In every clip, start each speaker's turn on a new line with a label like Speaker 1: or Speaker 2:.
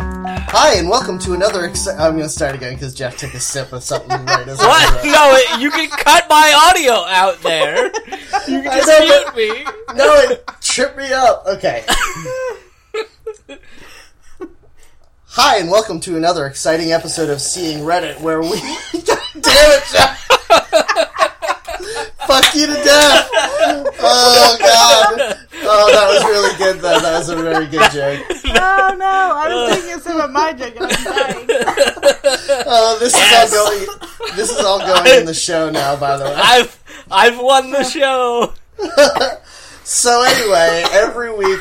Speaker 1: Hi, and welcome to another. Ex- I'm going to start again because Jeff took a sip of something right as I
Speaker 2: What?
Speaker 1: did
Speaker 2: No, it, you can cut my audio out there.
Speaker 1: it. I
Speaker 2: Just
Speaker 1: know,
Speaker 2: mute me.
Speaker 1: but- no, it tripped me up. Okay. Hi, and welcome to another exciting episode of Seeing Reddit where we. God damn it, Jeff! Fuck you to death! Oh, God. Oh, that was really good, though. That was a very good joke.
Speaker 3: Oh no, I was taking a sip of my drink and I'm dying.
Speaker 1: Oh, this is all going. This is all going in the show now. By the way,
Speaker 2: I've I've won the show.
Speaker 1: So anyway, every week,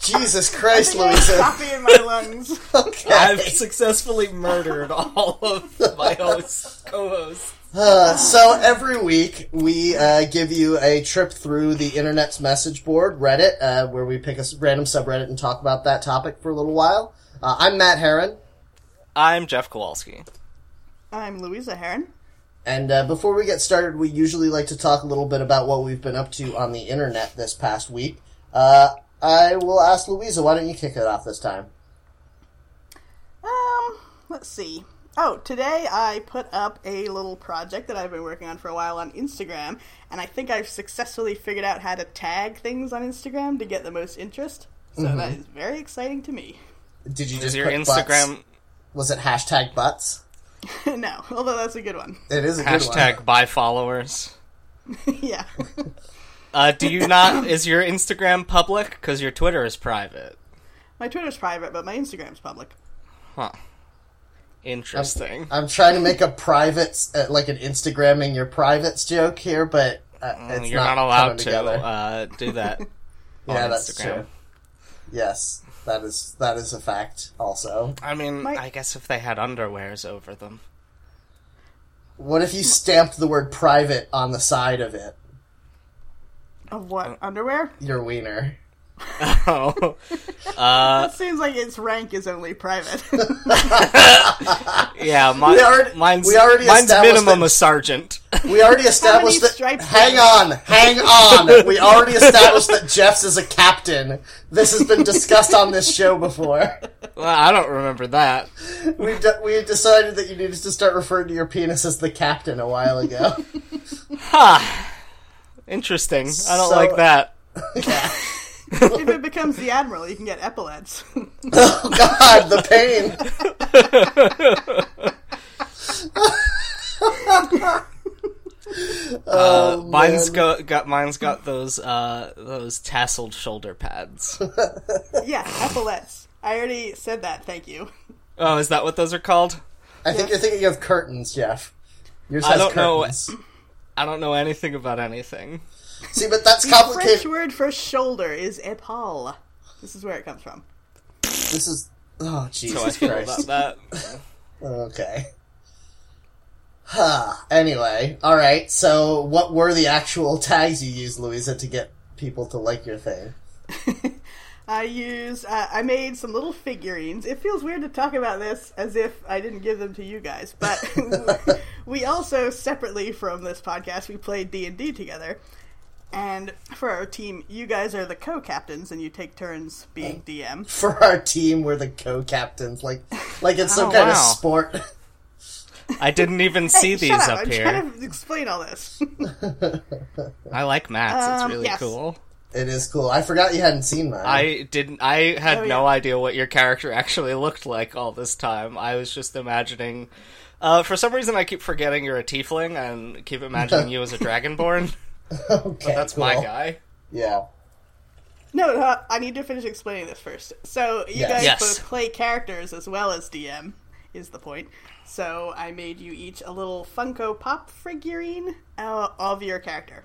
Speaker 1: Jesus Christ, Louisa.
Speaker 3: Coffee in my lungs.
Speaker 2: I've
Speaker 1: Okay.
Speaker 2: successfully murdered all of my hosts, co-hosts.
Speaker 1: Uh, so every week we uh, give you a trip through the internet's message board, Reddit, uh, where we pick a s- random subreddit and talk about that topic for a little while. Uh, I'm Matt Heron,
Speaker 2: I'm Jeff Kowalski.
Speaker 3: I'm Louisa Heron.
Speaker 1: and uh, before we get started, we usually like to talk a little bit about what we've been up to on the internet this past week. Uh, I will ask Louisa, why don't you kick it off this time?
Speaker 3: Um, let's see. Oh, today I put up a little project that I've been working on for a while on Instagram, and I think I've successfully figured out how to tag things on Instagram to get the most interest. So that is very exciting to me.
Speaker 1: Did you
Speaker 2: Is
Speaker 1: just
Speaker 2: your
Speaker 1: put
Speaker 2: Instagram
Speaker 1: Butts? Was it hashtag butts?
Speaker 3: no, although that's a good one.
Speaker 1: It is a good one.
Speaker 2: hashtag by followers?
Speaker 3: yeah.
Speaker 2: Uh, do you not? Is your Instagram public? Because your Twitter is private.
Speaker 3: My Twitter's private, but my Instagram's public.
Speaker 2: Huh. Interesting.
Speaker 1: I'm trying to make a private, uh, like an Instagramming your privates joke here, but uh, it's
Speaker 2: Mm, You're
Speaker 1: not,
Speaker 2: not, allowed
Speaker 1: coming
Speaker 2: to
Speaker 1: together.
Speaker 2: uh, do that.
Speaker 1: yeah,
Speaker 2: on
Speaker 1: that's
Speaker 2: Instagram.
Speaker 1: true. Yes, that is that is a fact. Also,
Speaker 2: I mean,
Speaker 3: My-
Speaker 2: I guess if they had underwears over them.
Speaker 1: what if you stamped the word "private" on the side of it?
Speaker 3: Of what? Underwear?
Speaker 1: Your wiener.
Speaker 2: Oh. uh,
Speaker 3: That seems like its rank is only private.
Speaker 2: Yeah, mine,
Speaker 1: We already-
Speaker 2: mine's,
Speaker 1: we already
Speaker 2: mine's
Speaker 1: established
Speaker 2: minimum
Speaker 1: that-
Speaker 2: a sergeant.
Speaker 1: We already established that.
Speaker 3: stripes do
Speaker 1: Hang
Speaker 3: you-
Speaker 1: on, hang on. We already established that Jeff's is a captain. This has been discussed on this show before.
Speaker 2: well, I don't remember that.
Speaker 1: We de- we decided that you needed to start referring to your penis as the captain a while ago.
Speaker 2: Ha! Interesting. I don't
Speaker 1: So-
Speaker 2: like that.
Speaker 1: Yeah.
Speaker 3: if it becomes the admiral, you can get epaulets.
Speaker 1: Oh God, the pain. Oh,
Speaker 2: Uh, mine's got, got mine's got those uh, those tasseled shoulder pads.
Speaker 3: yeah, epaulets. I already said that. Thank you.
Speaker 2: oh, is that what those are called?
Speaker 1: I think you're thinking of curtains, Jeff. Yours
Speaker 2: I
Speaker 1: has
Speaker 2: don't know.
Speaker 1: curtains.
Speaker 2: I don't know anything about anything.
Speaker 1: See, but that's
Speaker 3: French
Speaker 1: complicated.
Speaker 3: word for shoulder is epaul. This is where it comes from.
Speaker 1: This is oh
Speaker 2: How I
Speaker 1: Jesus
Speaker 2: feel about
Speaker 1: Christ.
Speaker 2: that.
Speaker 1: Okay. Huh. Anyway, all right. So, what were the actual tags you used, Louisa, to get people to like your thing?
Speaker 3: I used. Uh, I made some little figurines. It feels weird to talk about this as if I didn't give them to you guys, but we also separately from this podcast we played D and D together. And for our team, you guys are the co-captains, and you take turns being DM.
Speaker 1: For our team, we're the co-captains, like like it's some
Speaker 2: Oh,
Speaker 1: kind of
Speaker 2: wow.
Speaker 1: sport.
Speaker 2: I didn't even see
Speaker 3: Shut
Speaker 2: these
Speaker 3: up!
Speaker 2: up
Speaker 3: I'm
Speaker 2: here.
Speaker 3: trying to explain all this.
Speaker 2: I like maths.
Speaker 3: Um,
Speaker 2: it's really
Speaker 3: yes.
Speaker 2: cool.
Speaker 1: it is cool. I forgot you hadn't seen mine.
Speaker 2: I didn't. I had
Speaker 3: Oh,
Speaker 2: no
Speaker 3: yeah.
Speaker 2: idea what your character actually looked like all this time. I was just imagining. Uh, for some reason, I keep forgetting you're a tiefling and keep imagining you as a dragonborn.
Speaker 1: okay,
Speaker 2: That's
Speaker 1: cool.
Speaker 2: my guy.
Speaker 1: Yeah.
Speaker 3: No, no, I need to finish explaining this first. So you
Speaker 1: Yes.
Speaker 3: guys
Speaker 2: Yes.
Speaker 3: both play characters as well as DM is the point. So I made you each a little Funko Pop figurine uh, of your character.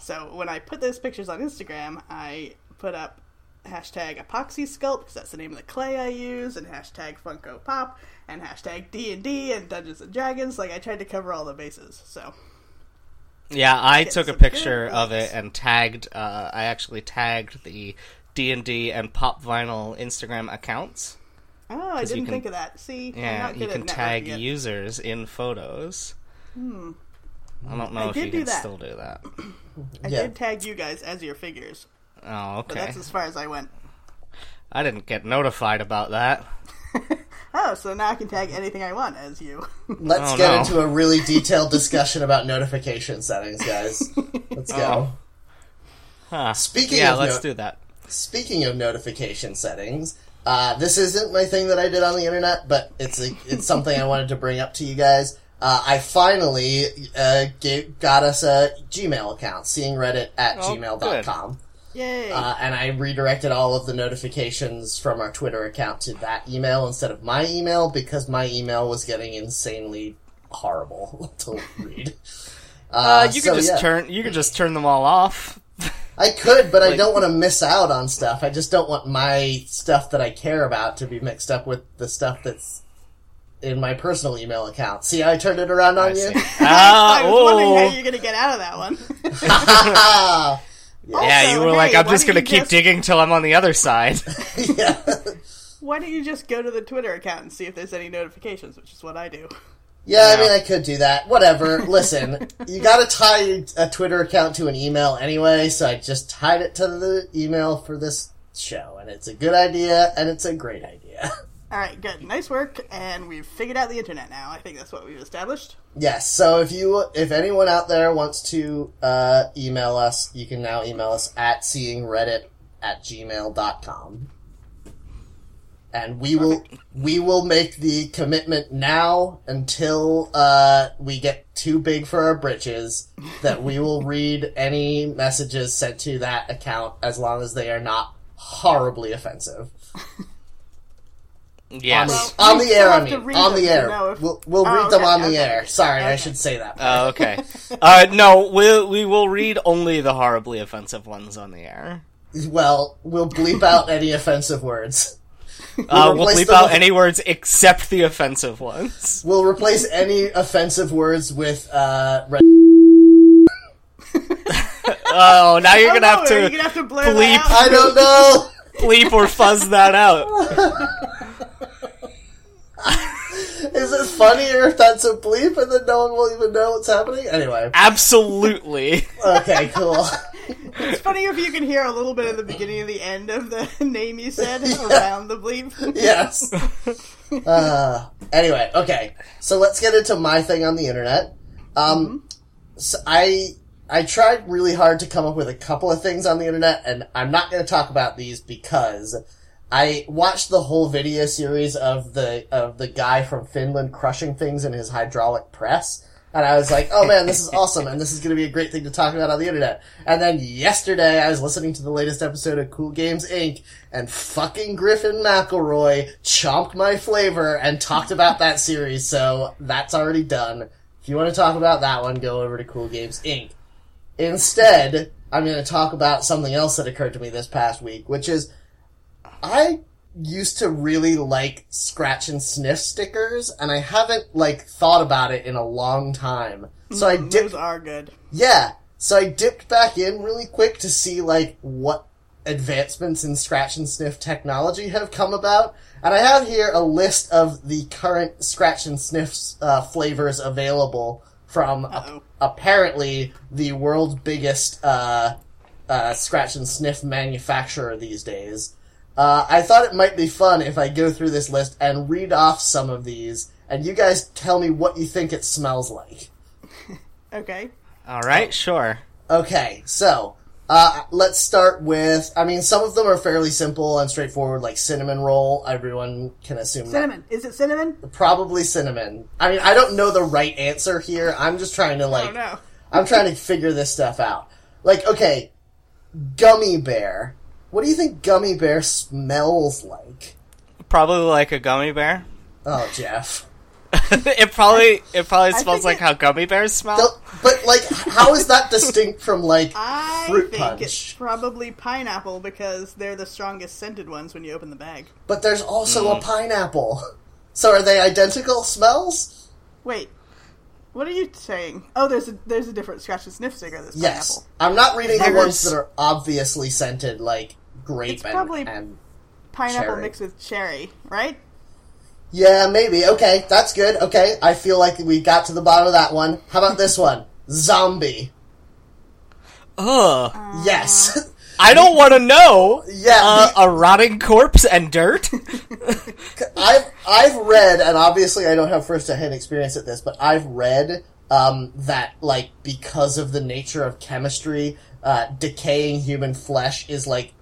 Speaker 3: So when I put those pictures on Instagram, I put up hashtag epoxy sculpt because that's the name of the clay I use, and hashtag Funko Pop, and hashtag D and D and Dungeons and Dragons. Like I tried to cover all the bases. So
Speaker 2: Yeah, I
Speaker 3: Get
Speaker 2: took a
Speaker 3: some good
Speaker 2: picture of
Speaker 3: ones.
Speaker 2: it and tagged. Uh, I actually tagged the D and D and Pop Vinyl Instagram accounts.
Speaker 3: Oh, I
Speaker 2: 'Cause you
Speaker 3: didn't
Speaker 2: can-
Speaker 3: think of that. See, I'm
Speaker 2: Yeah,
Speaker 3: not good
Speaker 2: you can
Speaker 3: at
Speaker 2: tag
Speaker 3: networking yet.
Speaker 2: users in photos. Hmm. I don't know
Speaker 3: I
Speaker 2: if you
Speaker 3: did
Speaker 2: can
Speaker 3: do that.
Speaker 2: still do that.
Speaker 3: I
Speaker 1: Yeah.
Speaker 3: did tag you guys as your figures,
Speaker 2: Oh,
Speaker 3: but
Speaker 2: okay.
Speaker 3: that's as far as I went.
Speaker 2: I didn't get notified about that.
Speaker 3: Oh, so now I can tag anything I want as you.
Speaker 1: Let's
Speaker 2: Oh,
Speaker 1: get
Speaker 2: no.
Speaker 1: into a really detailed discussion about notification settings, guys. Let's go.
Speaker 2: Huh.
Speaker 1: Speaking
Speaker 2: Oh. yeah,
Speaker 1: of
Speaker 2: let's
Speaker 1: no-
Speaker 2: do that.
Speaker 1: Speaking of notification settings, uh, this isn't my thing that I did on the internet, but it's a, it's something I wanted to bring up to you guys. Uh, I finally uh, gave, got us a Gmail account, seeing Reddit at
Speaker 2: Oh,
Speaker 1: gmail.com.
Speaker 3: Yay!
Speaker 1: Uh, and I redirected all of the notifications from our Twitter account to that email instead of my email because my email was getting insanely horrible to read.
Speaker 2: Uh, you
Speaker 1: so,
Speaker 2: can just
Speaker 1: yeah.
Speaker 2: turn. You can just turn them all off.
Speaker 1: I could, but I
Speaker 2: Like-
Speaker 1: don't want to miss out on stuff. I just don't want my stuff that I care about to be mixed up with the stuff that's in my personal email account. See how I turned it around on
Speaker 2: I
Speaker 1: you?
Speaker 2: see. Ah,
Speaker 3: I was wondering how
Speaker 2: oh.
Speaker 3: you're gonna get out of that one.
Speaker 1: Ah,
Speaker 2: Yeah, you
Speaker 3: Also,
Speaker 2: were like,
Speaker 3: hey,
Speaker 2: I'm
Speaker 3: why
Speaker 2: just
Speaker 3: don't
Speaker 2: gonna
Speaker 3: you
Speaker 2: keep
Speaker 3: just-
Speaker 2: digging till I'm on the other side.
Speaker 1: yeah.
Speaker 3: Why don't you just go to the Twitter account and see if there's any notifications, which is what I do.
Speaker 1: Yeah, I
Speaker 2: Yeah.
Speaker 1: mean, I could do that. Whatever. Listen, you gotta tie a Twitter account to an email anyway, so I just tied it to the email for this show, and it's a good idea, and it's a great idea.
Speaker 3: All right, good, nice work, and we've figured out the internet now. I think that's what we've established.
Speaker 1: Yes. So if you if anyone out there wants to uh, email us, you can now email us at seeingreddit at gmail.com. And we will we will make the commitment now until uh, we get too big for our britches that we will read any messages sent to that account as long as they are not horribly offensive.
Speaker 2: yes.
Speaker 3: Well-
Speaker 1: on
Speaker 3: we
Speaker 1: the
Speaker 3: still
Speaker 1: air,
Speaker 3: have
Speaker 1: I
Speaker 3: to
Speaker 1: mean,
Speaker 3: read
Speaker 1: on
Speaker 3: them
Speaker 1: the
Speaker 3: to
Speaker 1: air.
Speaker 3: know if-
Speaker 1: We'll, we'll
Speaker 3: Oh,
Speaker 1: read them
Speaker 3: okay,
Speaker 1: on the
Speaker 3: okay,
Speaker 1: air.
Speaker 3: okay.
Speaker 1: Sorry, I
Speaker 3: Okay.
Speaker 1: should say that.
Speaker 2: Oh, okay. Uh, no, we we will read only the horribly offensive ones on the air.
Speaker 1: Well, we'll bleep out any offensive words.
Speaker 2: Uh, we'll
Speaker 1: replace
Speaker 2: bleep
Speaker 1: them
Speaker 2: out
Speaker 1: with-
Speaker 2: any words except the offensive ones.
Speaker 1: We'll replace any offensive words with uh, red.
Speaker 2: Oh, now you're
Speaker 3: Oh,
Speaker 2: gonna
Speaker 3: no,
Speaker 2: have
Speaker 3: are you
Speaker 2: to
Speaker 3: gonna have to blur
Speaker 2: bleep-
Speaker 3: that out? Uh,
Speaker 1: I don't know.
Speaker 2: bleep or fuzz that out.
Speaker 1: Is it funnier if that's a bleep and then no one will even know what's happening? Anyway,
Speaker 2: Absolutely.
Speaker 1: okay, cool.
Speaker 3: It's funny if you can hear a little bit of the beginning and the end of the name you said around the bleep.
Speaker 1: Yes. Uh, anyway, okay. So let's get into my thing on the internet. Um, so I I tried really hard to come up with a couple of things on the internet, and I'm not going to talk about these because I watched the whole video series of the of the guy from Finland crushing things in his hydraulic press. And I was like, oh man, this is awesome, and this is going to be a great thing to talk about on the internet. And then yesterday, I was listening to the latest episode of Cool Games Inc., and fucking Griffin McElroy chomped my flavor and talked about that series, so that's already done. If you want to talk about that one, go over to Cool Games Inc. Instead, I'm going to talk about something else that occurred to me this past week, which is I used to really like scratch and sniff stickers, and I haven't like thought about it in a long time. So I dipped,
Speaker 3: Those are good.
Speaker 1: yeah. So I dipped back in really quick to see like what advancements in scratch and sniff technology have come about, and I have here a list of the current scratch and sniffs uh, flavors available from
Speaker 3: Uh-oh.
Speaker 1: apparently the world's biggest uh, uh, scratch and sniff manufacturer these days. Uh, I thought it might be fun if I go through this list and read off some of these, and you guys tell me what you think it smells like.
Speaker 3: Okay.
Speaker 2: All right, sure.
Speaker 1: Okay, so uh, let's start with. I mean, some of them are fairly simple and straightforward, like cinnamon roll. Everyone can assume that.
Speaker 3: Cinnamon. Is it cinnamon?
Speaker 1: Probably cinnamon. I mean, I don't know the right answer here. I'm just trying to like.
Speaker 3: Oh no.
Speaker 1: I'm trying to figure this stuff out. Like, okay, gummy bear. What do you think gummy bear smells like?
Speaker 2: Probably like a gummy bear.
Speaker 1: Oh, Jeff.
Speaker 2: it probably it probably smells
Speaker 3: think
Speaker 2: like
Speaker 3: it-
Speaker 2: how gummy bears smell.
Speaker 1: But, but, like, how is that distinct from like
Speaker 3: I
Speaker 1: fruit
Speaker 3: think
Speaker 1: punch?
Speaker 3: it's probably pineapple because they're the strongest scented ones when you open the bag.
Speaker 1: But there's
Speaker 3: Mm.
Speaker 1: also a pineapple. So are they identical smells?
Speaker 3: Wait. What are you saying? Oh, there's a there's a different scratch and sniff sticker this
Speaker 1: Yes,
Speaker 3: pineapple.
Speaker 1: I'm not reading the
Speaker 2: There's-
Speaker 1: ones that are obviously scented like grape
Speaker 3: It's
Speaker 1: and,
Speaker 3: probably-
Speaker 1: and
Speaker 3: Pineapple
Speaker 1: Cherry.
Speaker 3: mixed with cherry, right?
Speaker 1: yeah, maybe. Okay, that's good. Okay, I feel like we got to the bottom of that one. How about this one? Zombie.
Speaker 2: Ugh.
Speaker 3: Uh, Ah.
Speaker 1: Yes.
Speaker 2: I don't want to know.
Speaker 1: Yeah,
Speaker 2: Uh, a rotting corpse and dirt.
Speaker 1: I've I've read, and obviously I don't have first-hand experience at this, but I've read um, that like because of the nature of chemistry, uh, decaying human flesh is like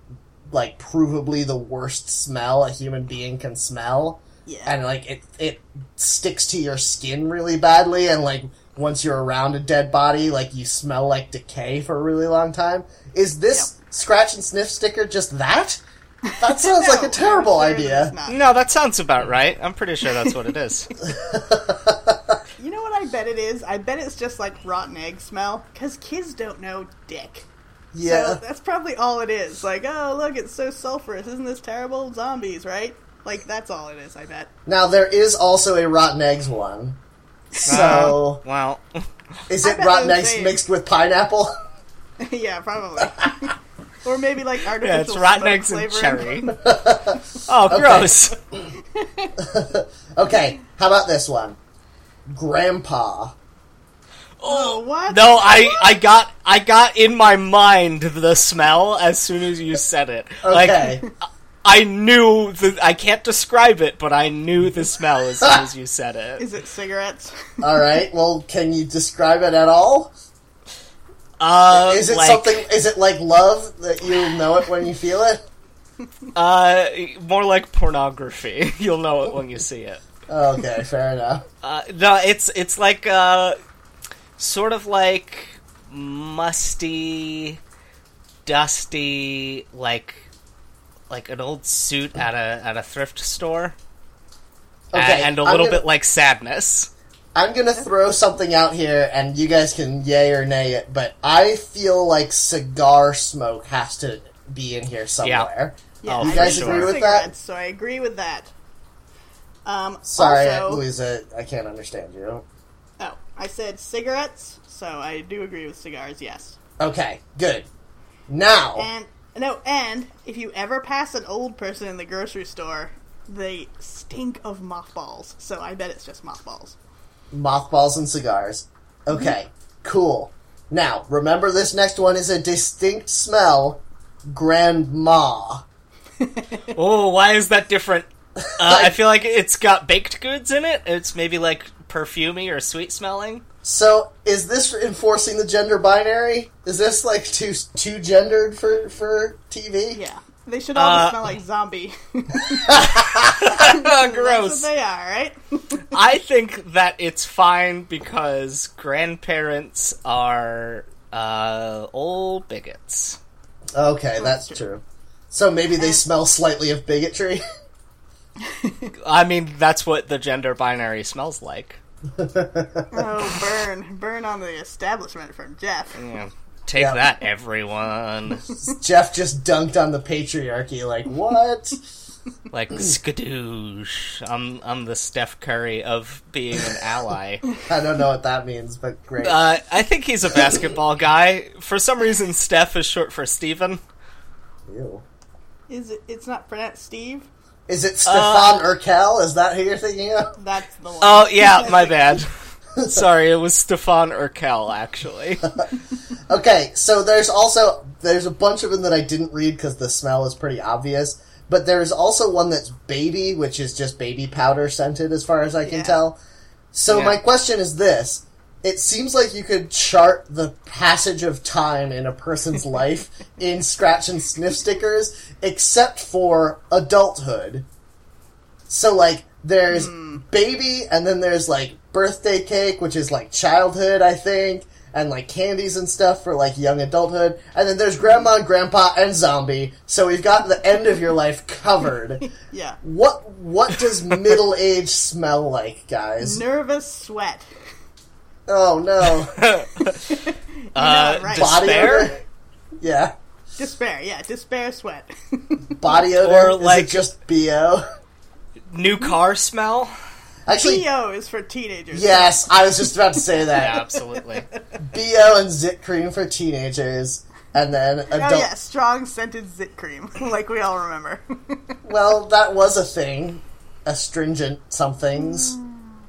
Speaker 1: like provably the worst smell a human being can smell,
Speaker 3: Yeah.
Speaker 1: and like it it sticks to your skin really badly, and like once you're around a dead body, like you smell like decay for a really long time. Is this scratch and sniff sticker just that? That sounds like
Speaker 3: No,
Speaker 1: a terrible
Speaker 3: I'm sure that
Speaker 1: idea.
Speaker 3: it's not.
Speaker 2: no, that sounds about right. I'm pretty sure that's what it is.
Speaker 3: You know what I bet it is? I bet it's just like rotten egg smell because kids don't know dick.
Speaker 1: Yeah.
Speaker 3: So that's probably all it is. Like, oh, look, it's so sulfurous. Isn't this terrible? Zombies, right? Like, that's all it is, I bet.
Speaker 1: Now there is also a rotten eggs one.
Speaker 2: Uh,
Speaker 1: So
Speaker 2: well,
Speaker 1: is
Speaker 3: Uh-huh. I
Speaker 1: it
Speaker 3: bet
Speaker 1: rotten
Speaker 3: those
Speaker 1: eggs
Speaker 3: things-
Speaker 1: mixed with pineapple?
Speaker 3: yeah, probably. or maybe, like, artificial
Speaker 2: yeah, it's rotten
Speaker 3: smoke
Speaker 2: eggs and cherry.
Speaker 3: flavoring.
Speaker 2: oh, gross.
Speaker 1: okay, how about this one? Grandpa.
Speaker 3: Oh, what?
Speaker 2: No, I, I got I got in my mind the smell as soon as you said it.
Speaker 1: Okay.
Speaker 2: Like I knew the I can't describe it, but I knew the smell as soon as you said it.
Speaker 3: Is it cigarettes?
Speaker 2: Oh,
Speaker 1: all right. Well, can you describe it at all?
Speaker 2: Uh,
Speaker 1: Is it
Speaker 2: like,
Speaker 1: something? Is it like love that you'll know it when you feel it?
Speaker 2: Uh, more like pornography. You'll know it when you see it.
Speaker 1: Okay, fair enough.
Speaker 2: Uh, no, it's it's like uh, sort of like musty, dusty, like like an old suit at a at a thrift store, A-
Speaker 1: Okay,
Speaker 2: Uh, and a
Speaker 1: I'm
Speaker 2: little
Speaker 1: gonna-
Speaker 2: bit like sadness.
Speaker 1: I'm gonna throw something out here, and you guys can yay or nay it. But I feel like cigar smoke has to be in here somewhere.
Speaker 3: Yeah,
Speaker 2: Oh,
Speaker 3: I
Speaker 2: you guys
Speaker 3: think
Speaker 2: agree
Speaker 3: it's
Speaker 1: with that?
Speaker 3: cigarettes, So I agree with that. Um,
Speaker 1: Sorry,
Speaker 3: also,
Speaker 1: Louisa, I can't understand you.
Speaker 3: Oh, I said cigarettes, so I do agree with cigars, yes.
Speaker 1: Okay, good. Now,
Speaker 3: And no, and if you ever pass an old person in the grocery store, they stink of mothballs. So I bet it's just mothballs.
Speaker 1: mothballs and cigars. Okay, cool. Now, remember this next one is a distinct smell. Grandma.
Speaker 2: Oh, why is that different? Uh, I feel like it's got baked goods in it. It's maybe like perfumey or sweet smelling.
Speaker 1: So, is this enforcing the gender binary? Is this like too too gendered for for TV?
Speaker 3: Yeah, they should all just
Speaker 2: Uh,
Speaker 3: smell like zombie. That's
Speaker 1: Oh,
Speaker 2: Gross.
Speaker 3: what they are, right?
Speaker 2: I think that it's fine because grandparents are uh, old bigots.
Speaker 1: Okay, that's
Speaker 3: true.
Speaker 1: true. So maybe they smell slightly of bigotry.
Speaker 2: I mean, that's what the gender binary smells like.
Speaker 3: oh, burn, burn on the establishment from Jeff.
Speaker 2: Yeah. Take
Speaker 1: Yeah.
Speaker 2: that, everyone.
Speaker 1: Jeff just dunked on the patriarchy. Like what?
Speaker 2: like skadoosh. I'm I'm the Steph Curry of being an ally.
Speaker 1: I don't know what that means, but great.
Speaker 2: Uh, I think he's a basketball guy. For some reason, Steph is short for Steven.
Speaker 1: Ew.
Speaker 3: Is it? It's not pronounced Steve.
Speaker 1: Is it Stefan Urkel? Is that who you're thinking of?
Speaker 3: That's the one.
Speaker 2: Oh yeah, my bad. Sorry, it was Stefan Urkel actually.
Speaker 1: Okay, so there's also there's a bunch of them that I didn't read because the smell is pretty obvious. But there's also one that's baby, which is just baby powder scented, as far as I can
Speaker 3: Yeah.
Speaker 1: tell. So
Speaker 2: Yeah.
Speaker 1: my question is this: It seems like you could chart the passage of time in a person's life in scratch and sniff stickers, except for adulthood. So like there's
Speaker 2: Hmm.
Speaker 1: baby and then there's like birthday cake, which is like childhood, I think, and like candies and stuff for like young adulthood. And then there's grandma and grandpa and zombie. So we've got the end of your life covered.
Speaker 3: Yeah,
Speaker 1: what what does middle age smell like, guys?
Speaker 3: nervous sweat.
Speaker 1: Oh no.
Speaker 2: Uh,
Speaker 3: right.
Speaker 1: Body
Speaker 2: despair?
Speaker 1: odor? Yeah.
Speaker 3: Despair. Yeah, despair sweat.
Speaker 1: Body odor
Speaker 2: Or,
Speaker 1: is it
Speaker 2: like-
Speaker 1: just BO?
Speaker 2: New car smell?
Speaker 1: Actually,
Speaker 3: Theo is for teenagers.
Speaker 1: yes, I was just about to say
Speaker 2: Yeah,
Speaker 1: that.
Speaker 2: absolutely.
Speaker 1: BO and zit cream for teenagers, and then
Speaker 3: Oh
Speaker 1: adult.
Speaker 3: yeah, strong scented zit cream, like we all remember.
Speaker 1: Well, that was a thing. Astringent somethings.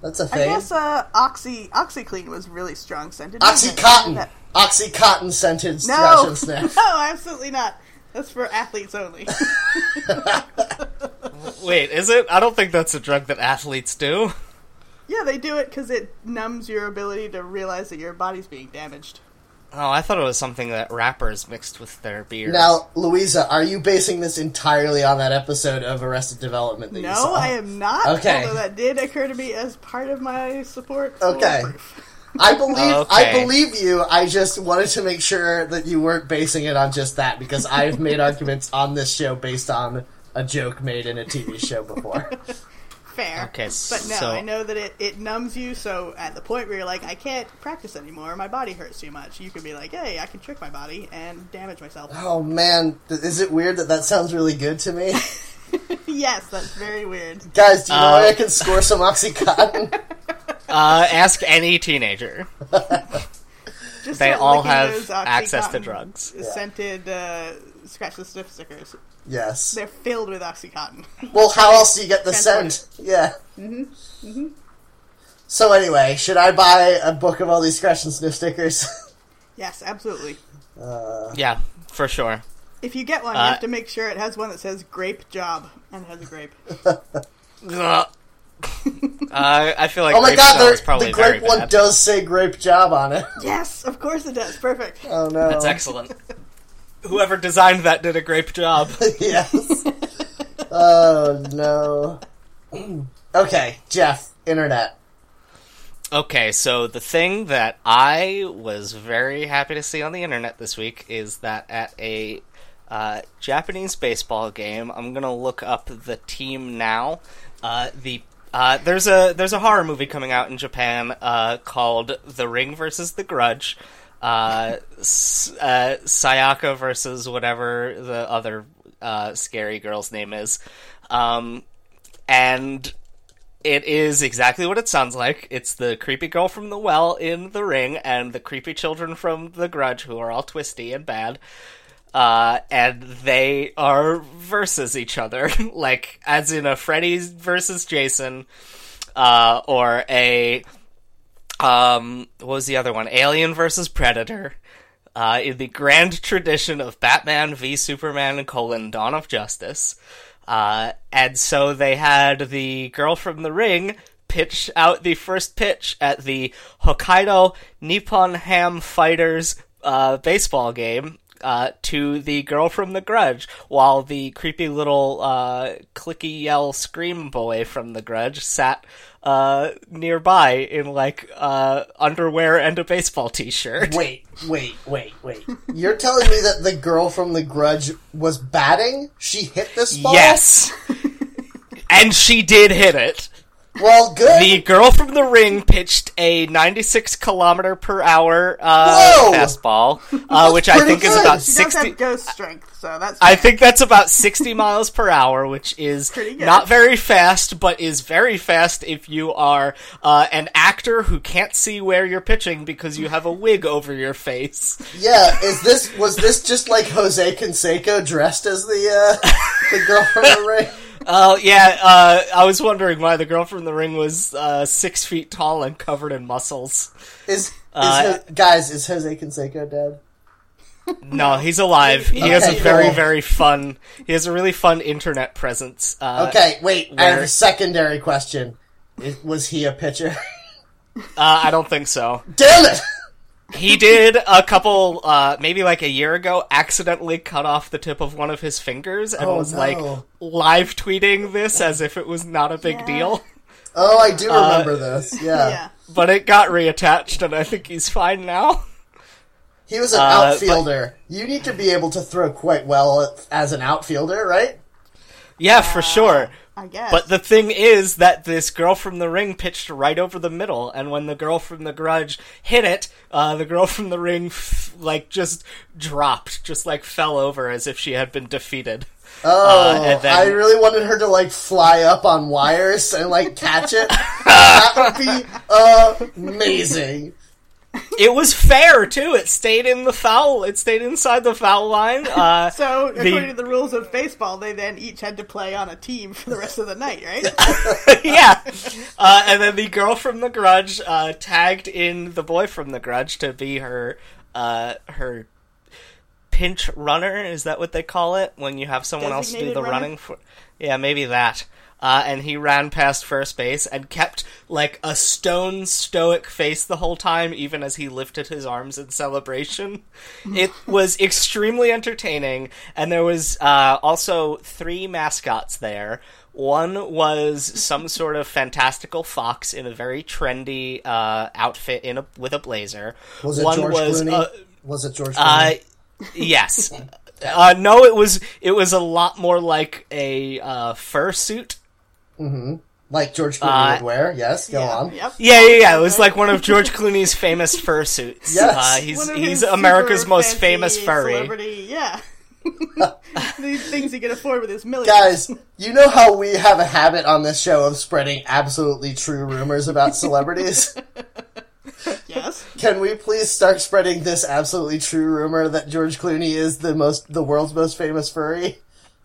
Speaker 1: That's a
Speaker 3: Mm. I
Speaker 1: thing.
Speaker 3: guess uh, Oxy OxyClean was really strong scented. wasn't it?
Speaker 1: Oxycontin.
Speaker 3: That-
Speaker 1: Oxycontin scented
Speaker 3: No,
Speaker 1: Russian snack.
Speaker 3: no, absolutely not. That's for athletes only.
Speaker 2: Wait, is it? I don't think that's a drug that athletes do.
Speaker 3: yeah, they do it because it numbs your ability to realize that your body's being damaged.
Speaker 2: Oh, I thought it was something that rappers mixed with their beer.
Speaker 1: Now, Louisa, are you basing this entirely on that episode of Arrested Development that you
Speaker 3: No,
Speaker 1: saw?
Speaker 3: I am not.
Speaker 1: Okay.
Speaker 3: Although that did occur to me as part of my support. for
Speaker 1: Okay.
Speaker 3: proof.
Speaker 1: I believe
Speaker 2: Okay.
Speaker 1: I believe you. I just wanted to make sure that you weren't basing it on just that because I've made arguments on this show based on a joke made in a TV show before.
Speaker 3: Fair.
Speaker 2: Okay,
Speaker 3: But no,
Speaker 2: so-
Speaker 3: I know that it, it numbs you, so at the point where you're like, I can't practice anymore, my body hurts too much, you can be like, hey, I can trick my body and damage myself.
Speaker 1: oh man, th- is it weird that that sounds really good to me?
Speaker 3: yes, that's very weird.
Speaker 1: Guys, do you know
Speaker 2: Uh,
Speaker 1: where I can score some oxycontin?
Speaker 2: Uh, ask any teenager.
Speaker 3: Just
Speaker 2: They
Speaker 3: start
Speaker 2: all
Speaker 3: licking
Speaker 2: have
Speaker 3: those
Speaker 2: access to
Speaker 3: OxyContin
Speaker 2: drugs.
Speaker 3: Scented uh, scratch the sniff stickers.
Speaker 1: yes.
Speaker 3: They're filled with Oxycontin.
Speaker 1: Well, how else do you get the
Speaker 3: Transport.
Speaker 1: scent? Yeah. Mm-hmm. Mm-hmm. So anyway, should I buy a book of all these scratch and sniff stickers? Uh, oh
Speaker 3: yes, absolutely.
Speaker 2: Yeah, for sure.
Speaker 3: If you get one,
Speaker 2: Uh,
Speaker 3: you have to make sure it has one that says grape job and has a grape.
Speaker 2: Ugh. uh, I feel like
Speaker 1: oh my
Speaker 2: grape
Speaker 1: god,
Speaker 2: smell is
Speaker 1: the-
Speaker 2: probably
Speaker 1: the
Speaker 2: very
Speaker 1: grape one
Speaker 2: bad.
Speaker 1: does say grape job on it.
Speaker 3: yes, of course it does. Perfect.
Speaker 1: Oh no.
Speaker 2: That's excellent. Whoever designed that did a great job.
Speaker 1: yes. oh no. Okay, Jeff, internet.
Speaker 2: Okay, so the thing that I was very happy to see on the internet this week is that at a uh, Japanese baseball game, I'm gonna look up the team now. Uh, the uh, there's a there's a horror movie coming out in Japan uh, called The Ring versus The Grudge. Uh, S- uh, Sayaka versus whatever the other uh, scary girl's name is, um, and it is exactly what it sounds like. It's the creepy girl from the well in the ring and the creepy children from the grudge who are all twisty and bad. Uh, and they are versus each other, like as in a Freddy versus Jason, uh, or a um, what was the other one? Alien versus Predator. Uh, in the grand tradition of Batman v Superman colon Dawn of Justice. Uh, and so they had the girl from the ring pitch out the first pitch at the Hokkaido Nippon Ham Fighters uh, baseball game uh, to the girl from the grudge while the creepy little uh, clicky yell scream boy from the grudge sat uh, nearby in like uh, underwear and a baseball t-shirt
Speaker 1: Wait, wait, wait, wait. You're telling me that the girl from The Grudge was batting? She hit this ball?
Speaker 2: yes and she did hit it
Speaker 1: Well, good.
Speaker 2: the girl from the ring pitched a 96 kilometer per hour uh,
Speaker 1: Whoa!
Speaker 2: fastball uh, which i
Speaker 1: pretty
Speaker 2: think is
Speaker 1: good.
Speaker 2: about
Speaker 3: She
Speaker 2: 60
Speaker 3: does have ghost strength, so that's.
Speaker 2: I
Speaker 3: fair.
Speaker 2: think that's about 60 miles per hour, which is
Speaker 3: Pretty good.
Speaker 2: not very fast, but is very fast if you are uh, an actor who can't see where you're pitching because you have a wig over your face.
Speaker 1: yeah, is this was this just like Jose Canseco dressed as the uh, the girl from the ring?
Speaker 2: Oh, yeah, uh, I was wondering why the girl from the ring was uh, six feet tall and covered in muscles.
Speaker 1: Is, is
Speaker 2: Uh,
Speaker 1: Ho- guys, is Jose Canseco dead?
Speaker 2: No, he's alive. He has
Speaker 1: Okay,
Speaker 2: a very,
Speaker 1: cool.
Speaker 2: very fun, he has a really fun internet presence. Uh,
Speaker 1: Okay, wait. I have
Speaker 2: where-
Speaker 1: a secondary question. Is, was he a pitcher?
Speaker 2: uh, I don't think so.
Speaker 1: Damn it!
Speaker 2: he did a couple uh maybe like a year ago accidentally cut off the tip of one of his fingers and
Speaker 1: Oh,
Speaker 2: was
Speaker 1: no.
Speaker 2: like live tweeting this as if it was not a big
Speaker 3: Yeah.
Speaker 2: deal
Speaker 1: Oh, I do
Speaker 2: Uh,
Speaker 1: remember this.
Speaker 3: Yeah.
Speaker 2: but it got reattached and i think he's fine now
Speaker 1: He was an
Speaker 2: Uh,
Speaker 1: outfielder. You need to be able to throw quite well as an outfielder, right?
Speaker 2: yeah for sure
Speaker 3: I guess.
Speaker 2: but the thing is that this girl from the ring pitched right over the middle, and when the girl from the grudge hit it, uh, the girl from the ring f- like just dropped, just like fell over as if she had been defeated.
Speaker 1: Oh,
Speaker 2: Uh, and then-
Speaker 1: I really wanted her to like fly up on wires and like catch it. that would be amazing.
Speaker 2: It was fair too. It stayed in the foul. It stayed inside the foul line. Uh,
Speaker 3: So,
Speaker 2: The-
Speaker 3: according to the rules of baseball, they then each had to play on a team for the rest of the night, right?
Speaker 2: yeah. Uh, and then the girl from the Grudge uh, tagged in the boy from the Grudge to be her uh, her pinch runner. Is that what they call it when you have someone else do
Speaker 3: Designated
Speaker 2: the
Speaker 3: runner?
Speaker 2: running for? Yeah, maybe that. Uh, and he ran past first base and kept like a stone stoic face the whole time, even as he lifted his arms in celebration. It was extremely entertaining, and there was uh, also three mascots there. One was some sort of fantastical fox in a very trendy uh, outfit in a, with a blazer.
Speaker 1: Was it
Speaker 2: One
Speaker 1: George
Speaker 2: was
Speaker 1: Clooney?
Speaker 2: uh,
Speaker 1: was it George
Speaker 2: uh,
Speaker 1: Clooney?
Speaker 3: Um,
Speaker 2: yes. Uh, no, it was it was a lot more like a uh, fur suit.
Speaker 1: like George Clooney
Speaker 2: uh,
Speaker 1: would wear? Yes, go on.
Speaker 3: Yep.
Speaker 2: Yeah, yeah, yeah. It was like one of George Clooney's famous fur suits.
Speaker 1: Yes.
Speaker 2: uh,
Speaker 3: One
Speaker 2: he's
Speaker 3: of
Speaker 2: he's
Speaker 3: his
Speaker 2: America's
Speaker 3: super
Speaker 2: most
Speaker 3: fancy
Speaker 2: famous furry.
Speaker 3: Celebrity, yeah. These things he can afford with his millions.
Speaker 1: Guys, you know how we have a habit on this show of spreading absolutely true rumors about celebrities?
Speaker 3: Yes.
Speaker 1: Can we please start spreading this absolutely true rumor that George Clooney is the most the world's most famous furry?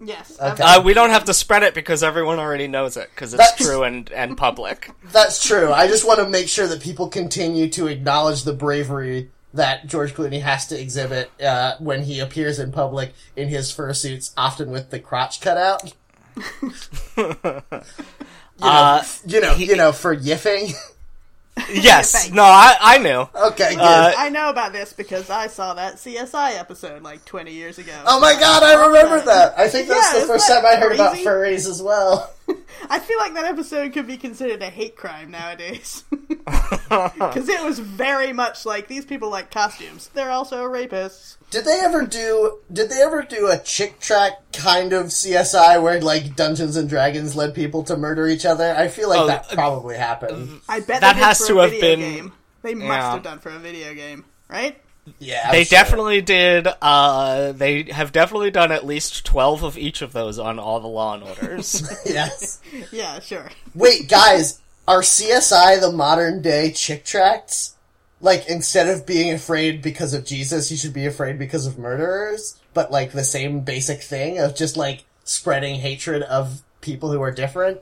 Speaker 3: Yes.
Speaker 2: Uh, we don't have to spread it because everyone already knows it because it's
Speaker 1: That's-
Speaker 2: true and, and public.
Speaker 1: That's true. I just want to make sure that people continue to acknowledge the bravery that George Clooney has to exhibit uh, when he appears in public in his fursuits, often with the crotch cut out. you know,
Speaker 2: Uh,
Speaker 1: you know, you know, for yiffing.
Speaker 2: Yes,
Speaker 3: thanks.
Speaker 2: no, I, I knew.
Speaker 1: okay, good.
Speaker 2: Uh,
Speaker 3: I know about this because I saw that CSI episode like 20 years ago.
Speaker 1: oh my god, I remember that. I think that's
Speaker 3: Yeah,
Speaker 1: the
Speaker 3: isn't
Speaker 1: first
Speaker 3: that
Speaker 1: time I heard about
Speaker 3: crazy?
Speaker 1: furries as well.
Speaker 3: I feel like that episode could be considered a hate crime nowadays. Because it was very much like these people like costumes. They're also rapists.
Speaker 1: Did they ever do? Did they ever do a chick track kind of CSI where like Dungeons and Dragons led people to murder each other? I feel like
Speaker 2: Oh,
Speaker 1: that
Speaker 2: uh,
Speaker 1: probably happened.
Speaker 3: I bet
Speaker 2: That
Speaker 3: they did
Speaker 2: has
Speaker 3: for
Speaker 2: to
Speaker 3: a
Speaker 2: have
Speaker 3: video
Speaker 2: been-
Speaker 3: Game. They must
Speaker 2: Yeah.
Speaker 3: have done for a video game, right?
Speaker 1: yeah, I'm
Speaker 2: They
Speaker 1: sure.
Speaker 2: definitely did. Uh, they have definitely done at least twelve of each of those on all the Law and Orders.
Speaker 1: Yes.
Speaker 3: Yeah, sure.
Speaker 1: Wait, guys, are CSI the modern day chick tracts? Like instead of being afraid because of Jesus, you should be afraid because of murderers. But like the same basic thing of just like spreading hatred of people who are different.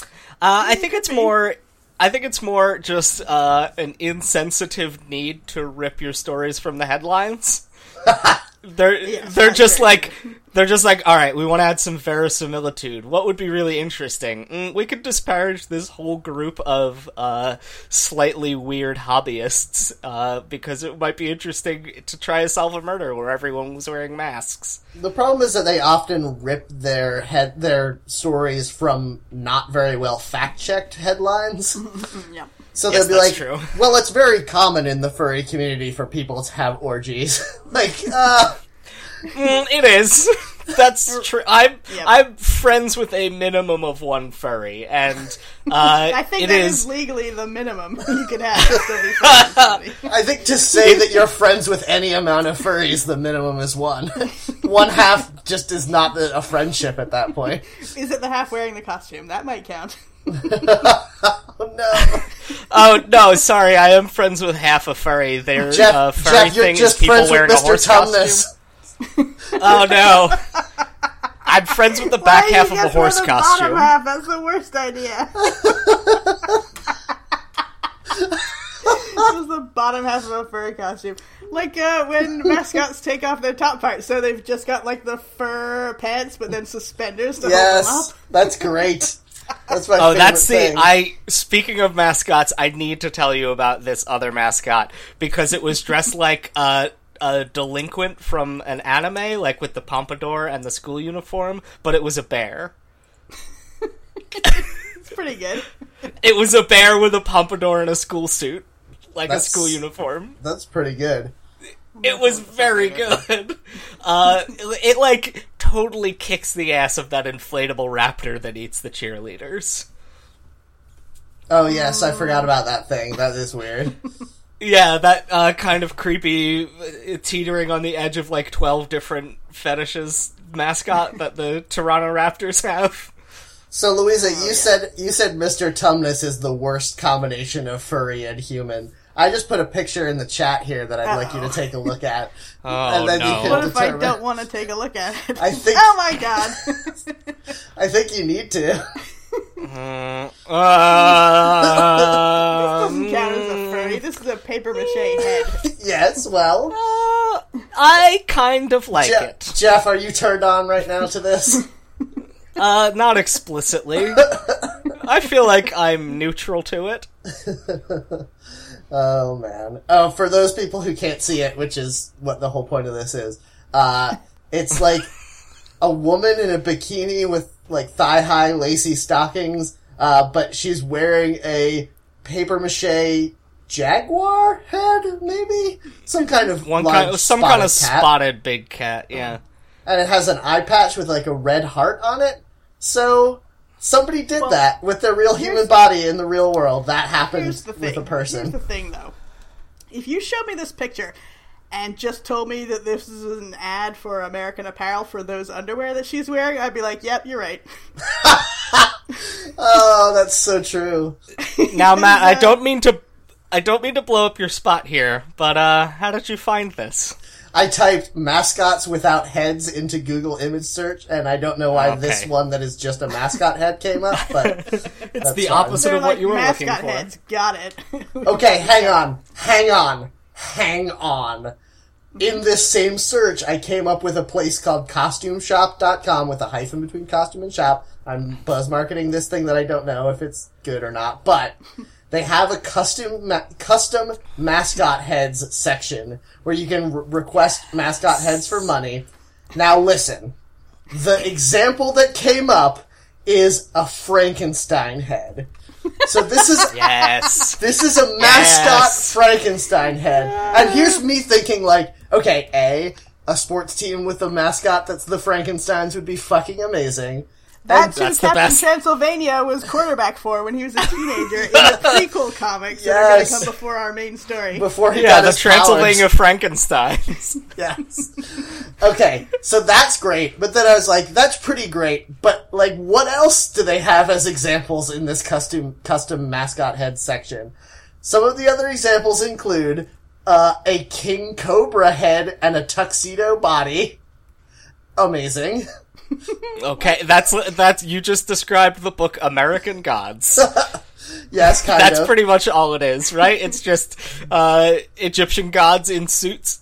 Speaker 2: Uh, I think it's more. I think it's more just uh, an insensitive need to rip your stories from the headlines. they're they're
Speaker 3: that's
Speaker 2: just
Speaker 3: fair.
Speaker 2: like they're just like all right. We want to add some verisimilitude. What would be really interesting? Mm, we could disparage this whole group of uh, slightly weird hobbyists uh, because it might be interesting to try to solve a murder where everyone was wearing masks.
Speaker 1: The problem is that they often rip their head their stories from not very well fact checked headlines.
Speaker 3: Yeah.
Speaker 1: So
Speaker 2: Yes,
Speaker 1: they'll be
Speaker 2: that's
Speaker 1: like,
Speaker 2: true.
Speaker 1: "Well, it's very common in the furry community for people to have orgies." like, uh,
Speaker 2: Mm, it is. That's true. I'm
Speaker 3: Yep.
Speaker 2: I'm friends with a minimum of one furry, and uh,
Speaker 3: I think
Speaker 2: it
Speaker 3: that is.
Speaker 2: is.
Speaker 3: legally the minimum you could have. to still be friends with somebody.
Speaker 1: I think to say that you're friends with any amount of furries, the minimum is one. one half just is not the- a friendship at that point.
Speaker 3: Is it the half wearing the costume? That might count.
Speaker 1: Oh no,
Speaker 2: oh no, sorry, I am friends with half a furry. Their
Speaker 1: Jeff,
Speaker 2: uh, furry
Speaker 1: Jeff, you're
Speaker 2: thing is
Speaker 1: just
Speaker 2: people
Speaker 1: friends with
Speaker 2: wearing a
Speaker 1: Mr.
Speaker 2: horse
Speaker 1: Tumnus.
Speaker 2: costume. Oh no, I'm friends with the back
Speaker 3: Why
Speaker 2: half
Speaker 3: you
Speaker 2: of a
Speaker 3: guys
Speaker 2: horse
Speaker 3: wear the
Speaker 2: costume.
Speaker 3: Bottom half. That's the worst idea. This is the bottom half of a furry costume, like uh, when mascots take off their top part, so they've just got like the fur pants, but then suspenders
Speaker 1: Oh,
Speaker 3: to hold
Speaker 1: Yes,
Speaker 3: them
Speaker 1: that's great. That's my
Speaker 2: Oh,
Speaker 1: favorite
Speaker 2: that's the
Speaker 1: thing.
Speaker 2: I. Speaking of mascots, I need to tell you about this other mascot because it was dressed like a a delinquent from an anime, like with the pompadour and the school uniform, but it was a bear.
Speaker 3: up. It's pretty good.
Speaker 2: It was a bear with a pompadour and a school suit, like
Speaker 1: That's-
Speaker 2: a school uniform.
Speaker 1: That's pretty good.
Speaker 2: It was very good. Uh, it, it like totally kicks the ass of that inflatable raptor that eats the cheerleaders.
Speaker 1: Oh yes, I forgot about that thing. That is weird.
Speaker 2: Yeah, that uh, kind of creepy, uh, teetering on the edge of like 12 different fetishes mascot that the Toronto Raptors have.
Speaker 1: So Louisa, you said you said Mr. Tumnus is the worst combination of furry and human. I just put a picture in the chat here that I'd like you to
Speaker 3: Uh-oh.
Speaker 1: take a look at.
Speaker 2: Oh, no.
Speaker 3: What if I
Speaker 1: determine-
Speaker 3: don't want to take a look at it?
Speaker 1: I think-
Speaker 3: oh my god!
Speaker 1: I think you need to.
Speaker 2: Uh, uh,
Speaker 3: doesn't count as a furry. This is a paper mache head.
Speaker 1: yes, well.
Speaker 2: uh, I kind of like
Speaker 1: Je-
Speaker 2: it.
Speaker 1: Jeff, are you turned on right now to this?
Speaker 2: Uh, not explicitly. I feel like I'm neutral to it.
Speaker 1: oh man. Oh, for those people who can't see it, which is what the whole point of this is, uh, it's like a woman in a bikini with like thigh high lacy stockings, uh, but she's wearing a paper mache jaguar head, maybe some kind of
Speaker 2: One
Speaker 1: large
Speaker 2: kind, some kind of
Speaker 1: spotted cat.
Speaker 2: spotted big cat. Yeah.
Speaker 1: and it has an eye patch with like a red heart on it. So somebody did that with their real human body in the real world. That happened
Speaker 3: Here's the thing.
Speaker 1: with a person.
Speaker 3: Here's the thing, though. If you showed me this picture and just told me that this is an ad for American Apparel for those underwear that she's wearing, I'd be like, "Yep, you're right."
Speaker 1: oh, that's so true.
Speaker 2: Now, Matt, I don't mean to, I don't mean to blow up your spot here, but uh, how did you find this?
Speaker 1: I typed mascots without heads into Google image search, and I don't know why
Speaker 2: Okay.
Speaker 1: this one that is just a mascot head came up, but
Speaker 2: It's the
Speaker 1: fine.
Speaker 2: opposite
Speaker 3: They're
Speaker 2: of what
Speaker 3: like
Speaker 2: you were
Speaker 3: mascot
Speaker 2: looking for.
Speaker 3: heads. Got it.
Speaker 1: okay, hang on, hang on, hang on. In this same search, I came up with a place called costumeshop.com with a hyphen between costume and shop. I'm buzz marketing this thing that I don't know if it's good or not, but they have a custom ma- custom mascot heads section where you can re- request mascot heads for money. Now listen. The example that came up is a Frankenstein head. So this is
Speaker 2: Yes.
Speaker 1: this is a mascot
Speaker 2: Yes.
Speaker 1: Frankenstein head. And here's me thinking, like, okay, A, a sports team with a mascot that's the Frankensteins would be fucking amazing.
Speaker 3: That's,
Speaker 2: That's
Speaker 3: who
Speaker 2: the
Speaker 3: Captain
Speaker 2: best.
Speaker 3: Transylvania was quarterback for when he was a teenager in the prequel comics that are going
Speaker 1: Yes.
Speaker 3: to come before our main story.
Speaker 1: Before he
Speaker 2: Yeah,
Speaker 1: got
Speaker 2: the
Speaker 1: his
Speaker 2: Transylvania
Speaker 1: powers.
Speaker 2: Frankenstein.
Speaker 1: Yes. okay, so that's great. But then I was like, that's pretty great. But like, what else do they have as examples in this custom custom mascot head section? Some of the other examples include uh, a king cobra head and a tuxedo body. Amazing.
Speaker 2: okay, that's that's you just described the book American Gods.
Speaker 1: Yes, kind
Speaker 2: That's
Speaker 1: of.
Speaker 2: pretty much all it is, right? It's just uh, Egyptian gods in suits.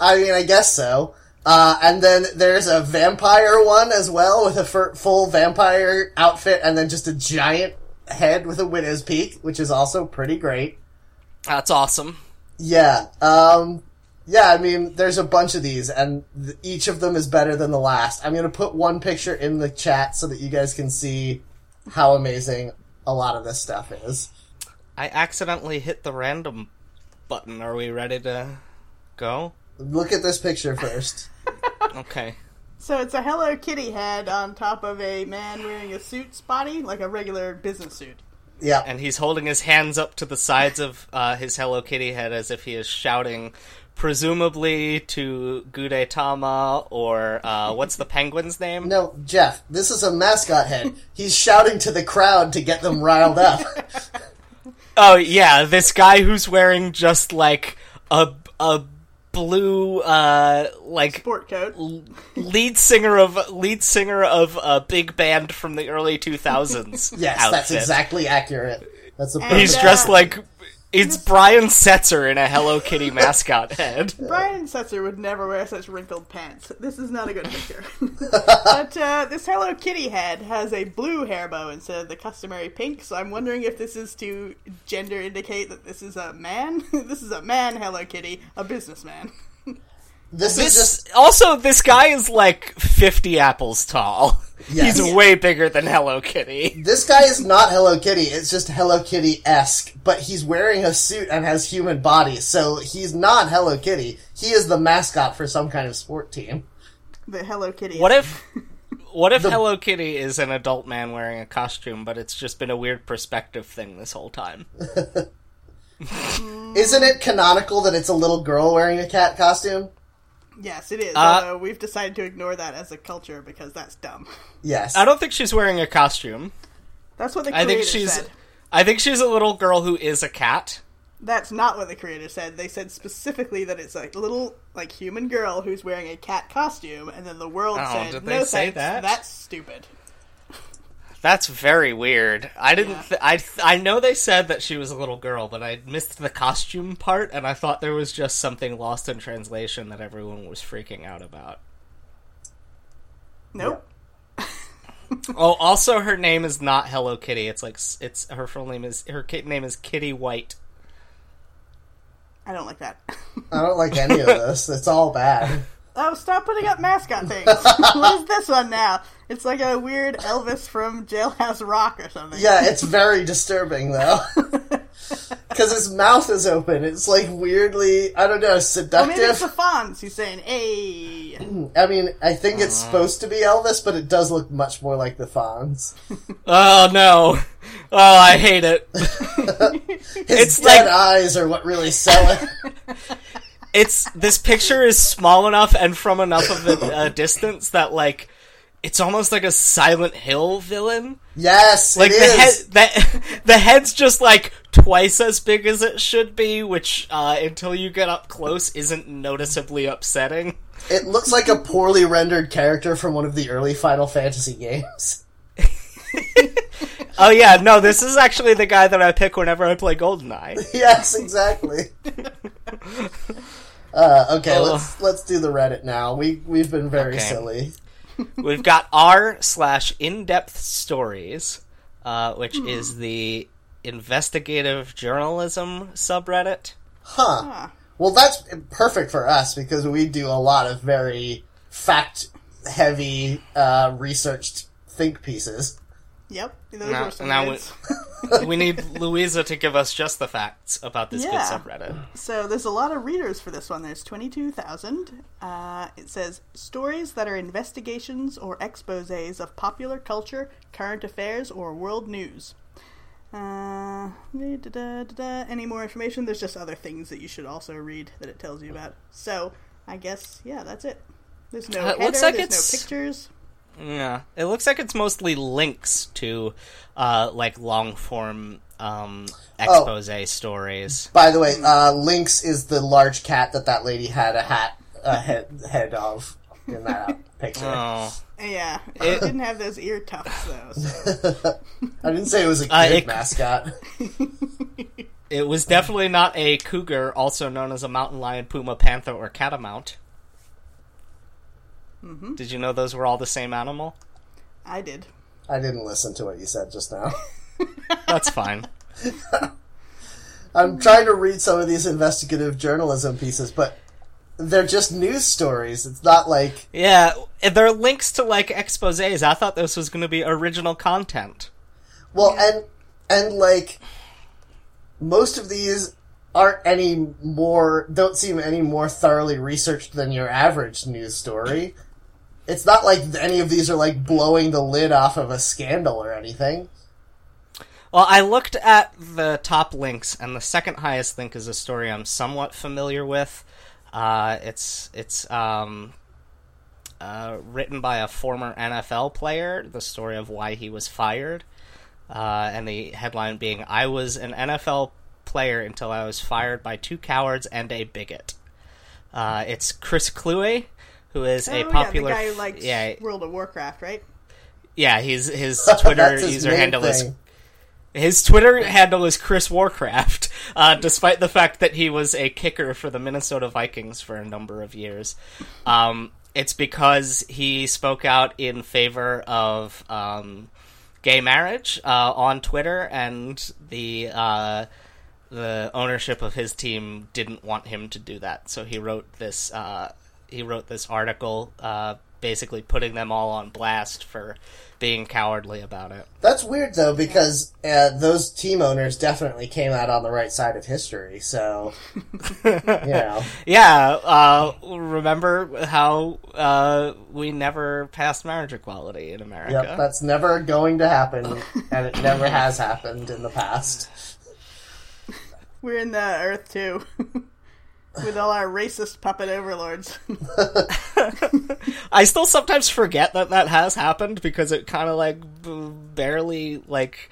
Speaker 1: I mean, I guess so. Uh, and then there's a vampire one as well with a fur- full vampire outfit and then just a giant head with a widow's peak, which is also pretty great.
Speaker 2: That's awesome.
Speaker 1: Yeah. Um, yeah, I mean, there's a bunch of these and th- each of them is better than the last. I'm going to put one picture in the chat so that you guys can see how amazing a lot of this stuff is.
Speaker 2: I accidentally hit the random button. Are we ready to go?
Speaker 1: Look at this picture first.
Speaker 2: Okay.
Speaker 3: So it's a Hello Kitty head on top of a man wearing a suit spotty, like a regular business suit.
Speaker 1: Yeah.
Speaker 2: And he's holding his hands up to the sides of uh, his Hello Kitty head as if he is shouting, presumably to Gudetama or uh, what's the penguin's name?
Speaker 1: No, Jeff, this is a mascot head. He's shouting to the crowd to get them riled up.
Speaker 2: Oh yeah, this guy who's wearing just like a a blue uh like
Speaker 3: Sport coat.
Speaker 2: lead singer of lead singer of a big band from the early 2000s.
Speaker 1: Yes, that's
Speaker 2: outfit. uh,
Speaker 1: exactly accurate. That's a
Speaker 3: And
Speaker 2: He's
Speaker 1: perfect.
Speaker 3: Yeah.
Speaker 2: dressed like it's Brian Setzer in a Hello Kitty mascot head.
Speaker 3: Brian Setzer would never wear such wrinkled pants. This is not a good picture. but uh, this Hello Kitty head has a blue hair bow instead of the customary pink, so I'm wondering if this is to gender indicate that this is a man. this is a man Hello Kitty, a businessman.
Speaker 1: This, is
Speaker 2: This
Speaker 1: just
Speaker 2: also this guy is like 50 apples tall.
Speaker 1: Yes.
Speaker 2: He's way bigger than Hello Kitty.
Speaker 1: this guy is not Hello Kitty. It's just Hello Kitty esque, but he's wearing a suit and has human body, so he's not Hello Kitty. He is the mascot for some kind of sport team.
Speaker 3: The Hello Kitty.
Speaker 2: What if what if Hello Kitty is an adult man wearing a costume, but it's just been a weird perspective thing this whole time?
Speaker 1: Isn't it canonical that it's a little girl wearing a cat costume?
Speaker 3: Yes, it is.
Speaker 2: Uh,
Speaker 3: although we've decided to ignore that as a culture because that's dumb.
Speaker 1: Yes.
Speaker 2: I don't think she's wearing a costume.
Speaker 3: That's what the
Speaker 2: I
Speaker 3: creator
Speaker 2: think she's
Speaker 3: said.
Speaker 2: I think she's a little girl who is a cat.
Speaker 3: That's not what the creator said. They said specifically that it's a little like human girl who's wearing a cat costume, and then the world
Speaker 2: Oh,
Speaker 3: said,
Speaker 2: did they
Speaker 3: "No
Speaker 2: say
Speaker 3: thanks,
Speaker 2: that?
Speaker 3: that's stupid."
Speaker 2: That's very weird. I didn't.
Speaker 3: Yeah.
Speaker 2: Th- I th- I know they said that she was a little girl, but I missed the costume part, and I thought there was just something lost in translation that everyone was freaking out about.
Speaker 3: Nope.
Speaker 2: Oh, also, her name is not Hello Kitty. It's like s- it's her full name is her kid name is Kitty White.
Speaker 3: I don't like that.
Speaker 1: I don't like any of this. It's all bad.
Speaker 3: oh, stop putting up mascot things. what is this one now? It's like a weird Elvis from Jailhouse Rock or something.
Speaker 1: Yeah, it's very disturbing though. Because his mouth is open. It's like weirdly, I don't know,
Speaker 3: Or maybe it's
Speaker 1: seductive.
Speaker 3: the Fonz who's saying, "Hey."
Speaker 1: I mean, I think it's supposed to be Elvis, but it does look much more like the Fonz.
Speaker 2: Oh no! Oh, I hate it.
Speaker 1: His
Speaker 2: It's
Speaker 1: dead
Speaker 2: like-
Speaker 1: eyes are what really sell it.
Speaker 2: it's this picture is small enough and from enough of a, a distance that like it's almost like a Silent Hill villain.
Speaker 1: yes,
Speaker 2: Like
Speaker 1: it
Speaker 2: the head,
Speaker 1: is.
Speaker 2: the, the head's just like twice as big as it should be, which uh, until you get up close isn't noticeably upsetting.
Speaker 1: It looks like a poorly rendered character from one of the early Final Fantasy games.
Speaker 2: Oh yeah, no, this is actually the guy that I pick whenever I play Goldeneye.
Speaker 1: yes, exactly. Uh, okay, let's let's do the Reddit now. We we've been very
Speaker 2: Okay.
Speaker 1: silly.
Speaker 2: We've got r slash in depth stories, uh, which
Speaker 3: Hmm.
Speaker 2: is the investigative journalism subreddit.
Speaker 1: Huh.
Speaker 3: Ah.
Speaker 1: Well, that's perfect for us because we do a lot of very fact heavy, uh, researched think pieces.
Speaker 3: Yep, those
Speaker 2: Now-
Speaker 3: were some
Speaker 2: now
Speaker 3: words.
Speaker 2: we need Louisa to give us just the facts about this
Speaker 3: Yeah.
Speaker 2: good subreddit.
Speaker 3: So there's a lot of readers for this one. There's 22,000. Uh, it says stories that are investigations or exposés of popular culture, current affairs, or world news. Uh, da-da-da-da-da. Any more information? There's just other things that you should also read that it tells you about. So I guess yeah, that's it. There's no
Speaker 2: Uh, it
Speaker 3: header.
Speaker 2: looks like
Speaker 3: there's
Speaker 2: it's-
Speaker 3: no pictures.
Speaker 2: Yeah, it looks like it's mostly links to uh, like long form um,
Speaker 3: Oh.
Speaker 2: expose stories.
Speaker 1: By the way, uh, Lynx is the large cat that that lady had a hat, a head, head of in that picture.
Speaker 2: Oh,
Speaker 3: Uh, Yeah, it, didn't have those ear tufts though. So.
Speaker 1: I didn't say it was a kid
Speaker 2: Uh, it-
Speaker 1: mascot.
Speaker 2: it was definitely not a cougar, also known as a mountain lion, puma, panther, or catamount. Did you know those were all the same animal?
Speaker 3: I did.
Speaker 1: I didn't listen to what you said just now.
Speaker 2: That's fine.
Speaker 1: I'm trying to read some of these investigative journalism pieces, but they're just news stories. It's not like
Speaker 2: yeah, there are links to like exposes. I thought this was going to be original content.
Speaker 1: Well, and and like most of these aren't any more don't seem any more thoroughly researched than your average news story. It's not like any of these are like blowing the lid off of a scandal or anything.
Speaker 2: Well, I looked at the top links, and the second highest link is a story I'm somewhat familiar with. Uh, it's it's um, uh, written by a former NFL player. The story of why he was fired, uh, and the headline being, "I was an NFL player until I was fired by two cowards and a bigot." Uh, it's Chris Cluey, who is a
Speaker 3: oh,
Speaker 2: popular
Speaker 3: yeah, the guy
Speaker 2: f-
Speaker 3: who likes
Speaker 2: yeah
Speaker 3: World of Warcraft, right?
Speaker 2: yeah his his Twitter
Speaker 1: That's his
Speaker 2: user
Speaker 1: main
Speaker 2: handle is
Speaker 1: thing.
Speaker 2: his Twitter handle is Chris Warcraft, uh, despite the fact that he was a kicker for the Minnesota Vikings for a number of years. Um, it's because he spoke out in favor of um, gay marriage uh, on Twitter, and the uh, the ownership of his team didn't want him to do that, so he wrote this uh, he wrote this article, uh, basically putting them all on blast for being cowardly about it.
Speaker 1: That's weird though because uh, those team owners definitely came out on the right side of history. So you know,
Speaker 2: Yeah, uh, remember how uh, we never passed marriage equality in America?
Speaker 1: yep, that's never going to happen, and it never has happened in the past.
Speaker 3: We're in the Earth too, with all our racist puppet overlords.
Speaker 2: I still sometimes forget that that has happened because it kind of like b- barely like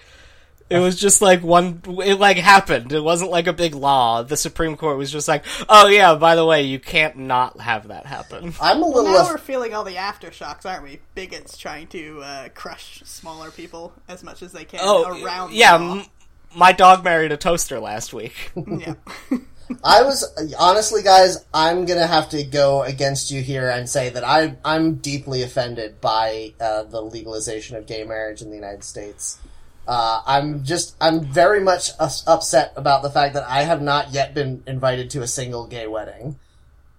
Speaker 2: it was just like one it like happened. It wasn't like a big law. The Supreme Court was just like, "Oh yeah, by the way, you can't not have that happen."
Speaker 1: I'm a little.
Speaker 3: now
Speaker 1: aff-
Speaker 3: we're feeling all the aftershocks, aren't we? Bigots trying to uh, crush smaller people as much as they can
Speaker 2: Oh,
Speaker 3: around. the
Speaker 2: yeah,
Speaker 3: law.
Speaker 2: m- my dog married a toaster last week.
Speaker 3: yeah.
Speaker 1: I was honestly, guys. I'm gonna have to go against you here and say that I I'm deeply offended by uh, the legalization of gay marriage in the United States. Uh, I'm just I'm very much us- upset about the fact that I have not yet been invited to a single gay wedding.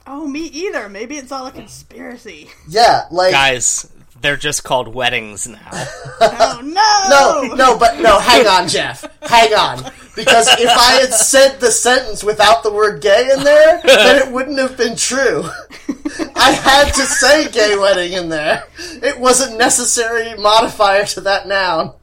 Speaker 3: oh, me either. Maybe it's all a conspiracy.
Speaker 1: Yeah, like
Speaker 2: Guys, they're just called weddings now.
Speaker 3: oh no!
Speaker 1: No, no, but no, hang on, Jeff. Hang on. Because if I had said the sentence without the word gay in there, then it wouldn't have been true. I had to say gay wedding in there. It wasn't necessary modifier to that noun.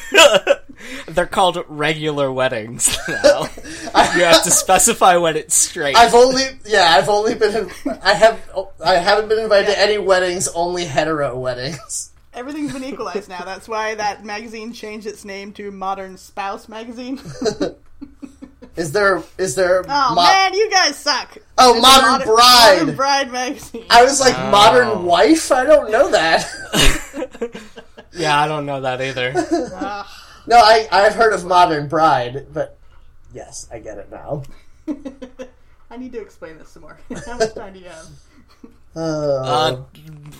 Speaker 2: They're called regular weddings now. you have to specify when it's straight.
Speaker 1: I've only yeah, I've only been I have I haven't been invited to any weddings, only hetero weddings.
Speaker 3: Everything's been equalized now. That's why that magazine changed its name to Modern Spouse Magazine.
Speaker 1: Is there is there
Speaker 3: Oh
Speaker 1: mo-
Speaker 3: man, you guys suck.
Speaker 1: Oh,
Speaker 3: It's
Speaker 1: Modern Bride.
Speaker 3: Modern Bride magazine.
Speaker 1: I was like
Speaker 2: Oh.
Speaker 1: modern wife? I don't know that.
Speaker 2: yeah, I don't know that either.
Speaker 3: Ugh.
Speaker 1: No, I, I've heard of Modern Bride, but yes, I get it now.
Speaker 3: I need to explain this some more. How much time do you have?
Speaker 1: Uh,
Speaker 2: Uh,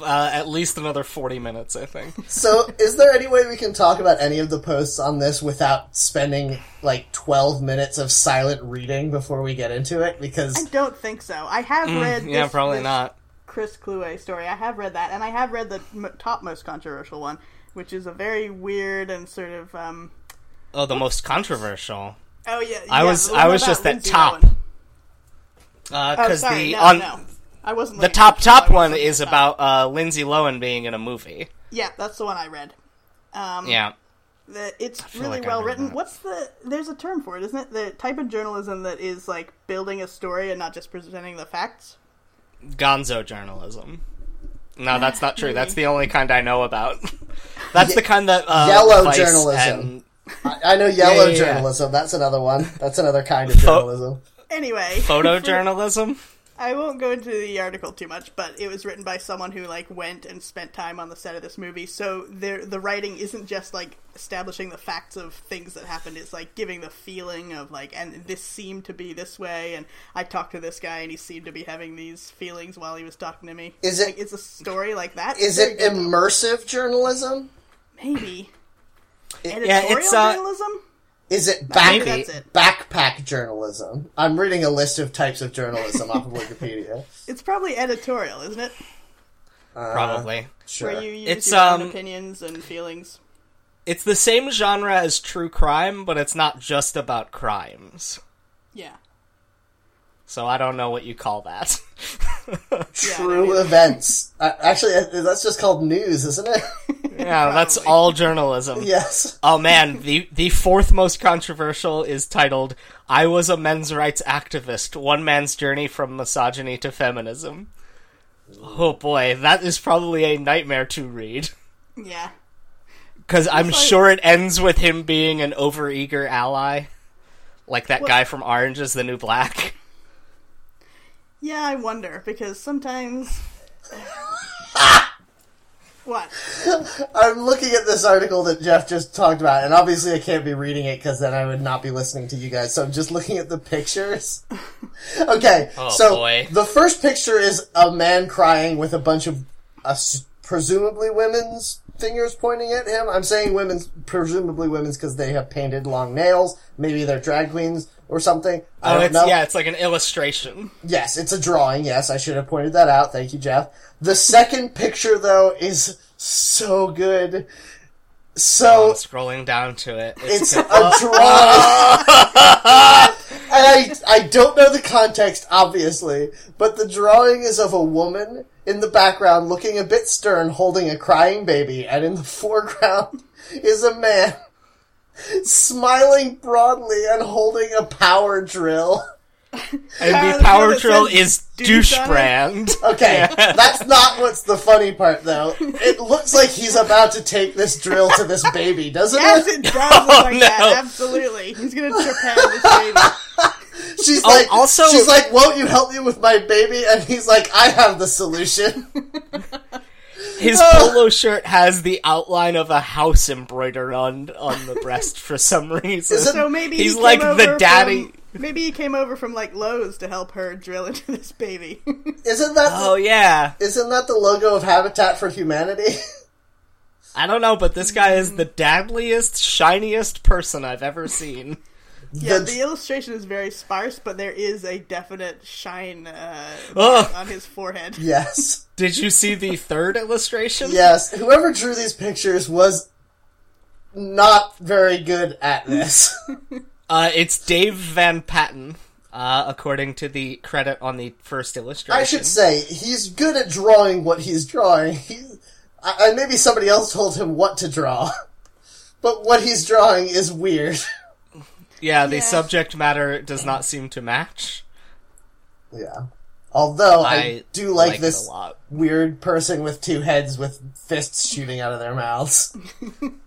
Speaker 2: uh, at least another 40 minutes, I think.
Speaker 1: so, is there any way we can talk about any of the posts on this without spending like 12 minutes of silent reading before we get into it?
Speaker 3: I
Speaker 1: Because,
Speaker 3: don't think so. I have read.
Speaker 2: Mm, yeah,
Speaker 3: this-
Speaker 2: probably
Speaker 3: this
Speaker 2: not.
Speaker 3: Chris Clue story. I have read that, and I have read the m- top most controversial one, which is a very weird and sort of. um
Speaker 2: Oh, the most controversial.
Speaker 3: Oh yeah,
Speaker 2: I
Speaker 3: yeah,
Speaker 2: was-
Speaker 3: the one
Speaker 2: I was
Speaker 3: about
Speaker 2: just at
Speaker 3: Lindsay
Speaker 2: top.
Speaker 3: Lohan. Oh,
Speaker 2: Because
Speaker 3: sorry,
Speaker 2: Uh, the
Speaker 3: no,
Speaker 2: on
Speaker 3: no. I wasn't
Speaker 2: the
Speaker 3: looking
Speaker 2: top
Speaker 3: at you, so I
Speaker 2: top one
Speaker 3: wasn't
Speaker 2: is
Speaker 3: top.
Speaker 2: about uh, Lindsay Lohan being in a movie.
Speaker 3: Yeah, that's the one I read. Um,
Speaker 2: Yeah.
Speaker 3: the, it's
Speaker 2: feel
Speaker 3: really
Speaker 2: like I
Speaker 3: well
Speaker 2: read
Speaker 3: written.
Speaker 2: that.
Speaker 3: What's the? There's a term for it, isn't it? The type of journalism that is like building a story and not just presenting the facts.
Speaker 2: Gonzo journalism. No, that's not true. That's the only kind I know about. That's the kind that uh,
Speaker 1: Yellow
Speaker 2: Vice
Speaker 1: journalism.
Speaker 2: and-
Speaker 1: I, I know yellow
Speaker 2: yeah, Oh. yeah.
Speaker 1: journalism. That's another one. That's another kind of journalism.
Speaker 3: Anyway,
Speaker 2: photojournalism.
Speaker 3: I won't go into the article too much, but it was written by someone who like went and spent time on the set of this movie. So there, the writing isn't just like establishing the facts of things that happened. It's like giving the feeling of like, and this seemed to be this way, and I talked to this guy, and he seemed to be having these feelings while he was talking to me.
Speaker 1: Is it-
Speaker 3: Like, it's a story like that?
Speaker 1: Is
Speaker 3: Very
Speaker 1: it
Speaker 3: good, though.
Speaker 1: immersive journalism?
Speaker 3: maybe editorial
Speaker 2: yeah, it's, uh,
Speaker 3: journalism?
Speaker 1: Is it back,
Speaker 2: Maybe.
Speaker 3: That's it.
Speaker 1: backpack journalism? I'm reading a list of types of journalism off of Wikipedia.
Speaker 3: It's probably editorial, isn't it?
Speaker 1: Uh,
Speaker 2: Probably.
Speaker 1: Sure.
Speaker 3: Where you use
Speaker 2: It's,
Speaker 3: your own
Speaker 2: um,
Speaker 3: opinions and feelings.
Speaker 2: It's the same genre as true crime, but it's not just about crimes.
Speaker 3: Yeah.
Speaker 2: So I don't know what you call that.
Speaker 3: Yeah,
Speaker 1: True
Speaker 3: maybe.
Speaker 1: events. Uh, actually, uh, that's just called news, isn't it?
Speaker 2: yeah, that's all journalism.
Speaker 1: yes.
Speaker 2: Oh man, the the fourth most controversial is titled "I Was a Men's Rights Activist: One Man's Journey from Misogyny to Feminism." Oh boy, that is probably a nightmare to read
Speaker 3: Yeah.
Speaker 2: because I'm
Speaker 3: like-
Speaker 2: sure it ends with him being an overeager ally, like that guy from Orange Is the New Black.
Speaker 3: Yeah, I wonder because sometimes. what?
Speaker 1: I'm looking at this article that Jeff just talked about, and obviously I can't be reading it because then I would not be listening to you guys. So I'm just looking at the pictures. okay,
Speaker 2: Oh,
Speaker 1: so
Speaker 2: boy.
Speaker 1: the first picture is a man crying with a bunch of uh, s- presumably women's fingers pointing at him. I'm saying women's, presumably women's, because they have painted long nails. Maybe they're drag queens or something. I
Speaker 2: Oh,
Speaker 1: don't
Speaker 2: it's,
Speaker 1: know.
Speaker 2: yeah, it's like an illustration.
Speaker 1: Yes, it's a drawing. Yes, I should have pointed that out. Thank you, Jeff. The second picture, though, is so good.
Speaker 2: I'm Oh,
Speaker 1: So
Speaker 2: scrolling down to it.
Speaker 1: Oh. it's a drawing. and I, I don't know the context, obviously, but the drawing is of a woman in the background looking a bit stern holding a crying baby, and in the foreground is a man smiling broadly and holding a power drill.
Speaker 2: And
Speaker 3: Uh,
Speaker 2: the power
Speaker 3: it
Speaker 2: drill
Speaker 3: says
Speaker 2: is
Speaker 3: douche
Speaker 2: douche
Speaker 3: on it.
Speaker 2: brand.
Speaker 1: Okay, that's not what's the funny part though. It looks like he's about to take this drill to this baby, doesn't
Speaker 3: Yes,
Speaker 1: it?
Speaker 3: it does look like
Speaker 2: Oh, no.
Speaker 3: that. Absolutely. He's going to trip out this baby.
Speaker 1: She's like,
Speaker 2: Oh, also-
Speaker 1: she's like, "Won't you help me with my baby?" And he's like, "I have the solution."
Speaker 2: His polo shirt has the outline of a house embroidered on on the breast for some reason.
Speaker 1: Is it-
Speaker 3: So maybe
Speaker 2: He's
Speaker 3: he came
Speaker 2: like the
Speaker 3: over
Speaker 2: daddy-
Speaker 3: From, maybe he came over from like Lowe's to help her drill into this baby.
Speaker 1: Isn't that
Speaker 2: Oh yeah,
Speaker 1: not that the logo of Habitat for Humanity?
Speaker 2: I don't know, but this guy is the dadliest, shiniest person I've ever seen.
Speaker 3: yeah,
Speaker 1: The-
Speaker 3: the illustration is very sparse, but there is a definite shine uh,
Speaker 2: Ugh.
Speaker 3: on his forehead.
Speaker 1: yes,
Speaker 2: Did you see the third illustration?
Speaker 1: yes. Whoever drew these pictures was not very good at this.
Speaker 2: Uh, it's Dave Van Patten, uh, according to the credit on the first illustration.
Speaker 1: I should say he's good at drawing what he's drawing. He, I, I, maybe somebody else told him what to draw, but what he's drawing is weird.
Speaker 2: Yeah, the
Speaker 3: Yeah.
Speaker 2: subject matter does not seem to match.
Speaker 1: yeah. Although I,
Speaker 2: I,
Speaker 1: do like,
Speaker 2: liked
Speaker 1: this
Speaker 2: it a lot.
Speaker 1: weird person with two heads with fists shooting out of their mouths.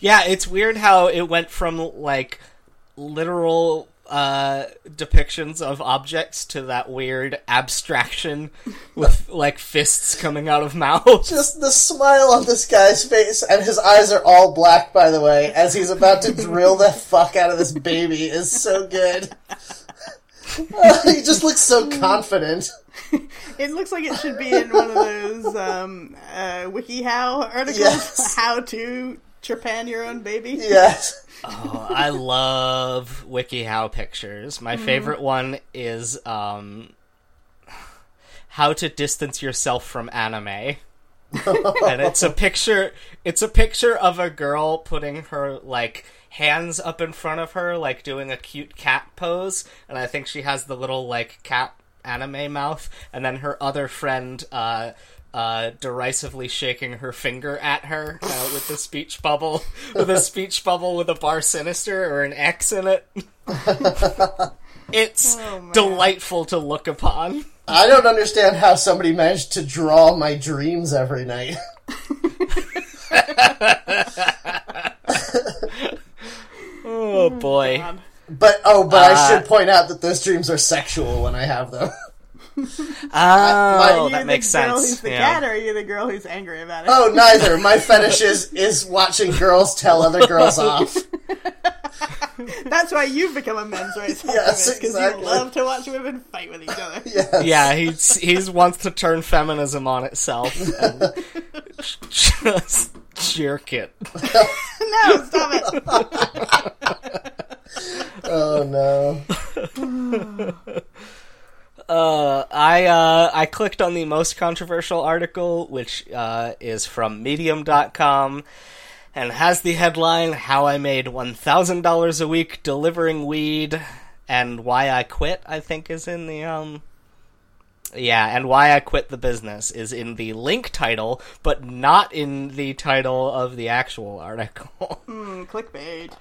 Speaker 2: Yeah, it's weird how it went from like literal uh, depictions of objects to that weird abstraction with like fists coming out of mouths.
Speaker 1: Just the smile on this guy's face, and his eyes are all black, by the way, as he's about to drill the fuck out of this baby is so good. Uh, he just looks so confident.
Speaker 3: It looks like it should be in one of those um, uh, WikiHow articles,
Speaker 1: Yes.
Speaker 3: how to trepan your own baby.
Speaker 1: Yes.
Speaker 2: Oh, I love WikiHow pictures. My favorite one is um, how to distance yourself from anime. and it's a picture it's a picture of a girl putting her like hands up in front of her like doing a cute cat pose and i think she has the little like cat anime mouth and then her other friend uh uh, derisively shaking her finger at her uh, with the speech bubble, with a speech bubble with a bar sinister or an X in it. it's
Speaker 3: Oh, man.
Speaker 2: delightful to look upon.
Speaker 1: I don't understand how somebody managed to draw my dreams every night.
Speaker 2: Oh boy.
Speaker 3: God.
Speaker 1: But oh, but I
Speaker 2: Uh,
Speaker 1: should point out that those dreams are sexual when I have them.
Speaker 2: Oh,
Speaker 1: Are
Speaker 3: Are you
Speaker 2: that
Speaker 3: the
Speaker 2: makes
Speaker 3: girl
Speaker 2: sense.
Speaker 3: who's the
Speaker 2: yeah.
Speaker 3: cat, or are you the girl who's angry about it?
Speaker 1: Oh, neither. My fetish is, is watching girls tell other girls off.
Speaker 3: That's why you've become a men's rights activist
Speaker 1: Yes,
Speaker 3: because
Speaker 1: exactly.
Speaker 3: you love to watch women fight with each other.
Speaker 1: Yes.
Speaker 2: yeah, he's he's wants to turn feminism on itself and just jerk it.
Speaker 3: no, stop it.
Speaker 1: Oh no.
Speaker 2: Uh, I uh, I clicked on the most controversial article, which uh, is from Medium.com, and has the headline "How I Made One Thousand Dollars a Week Delivering Weed and Why I Quit." I think is in the um. Yeah, and why I quit the business is in the link title, but not in the title of the actual article.
Speaker 3: Mm, clickbait.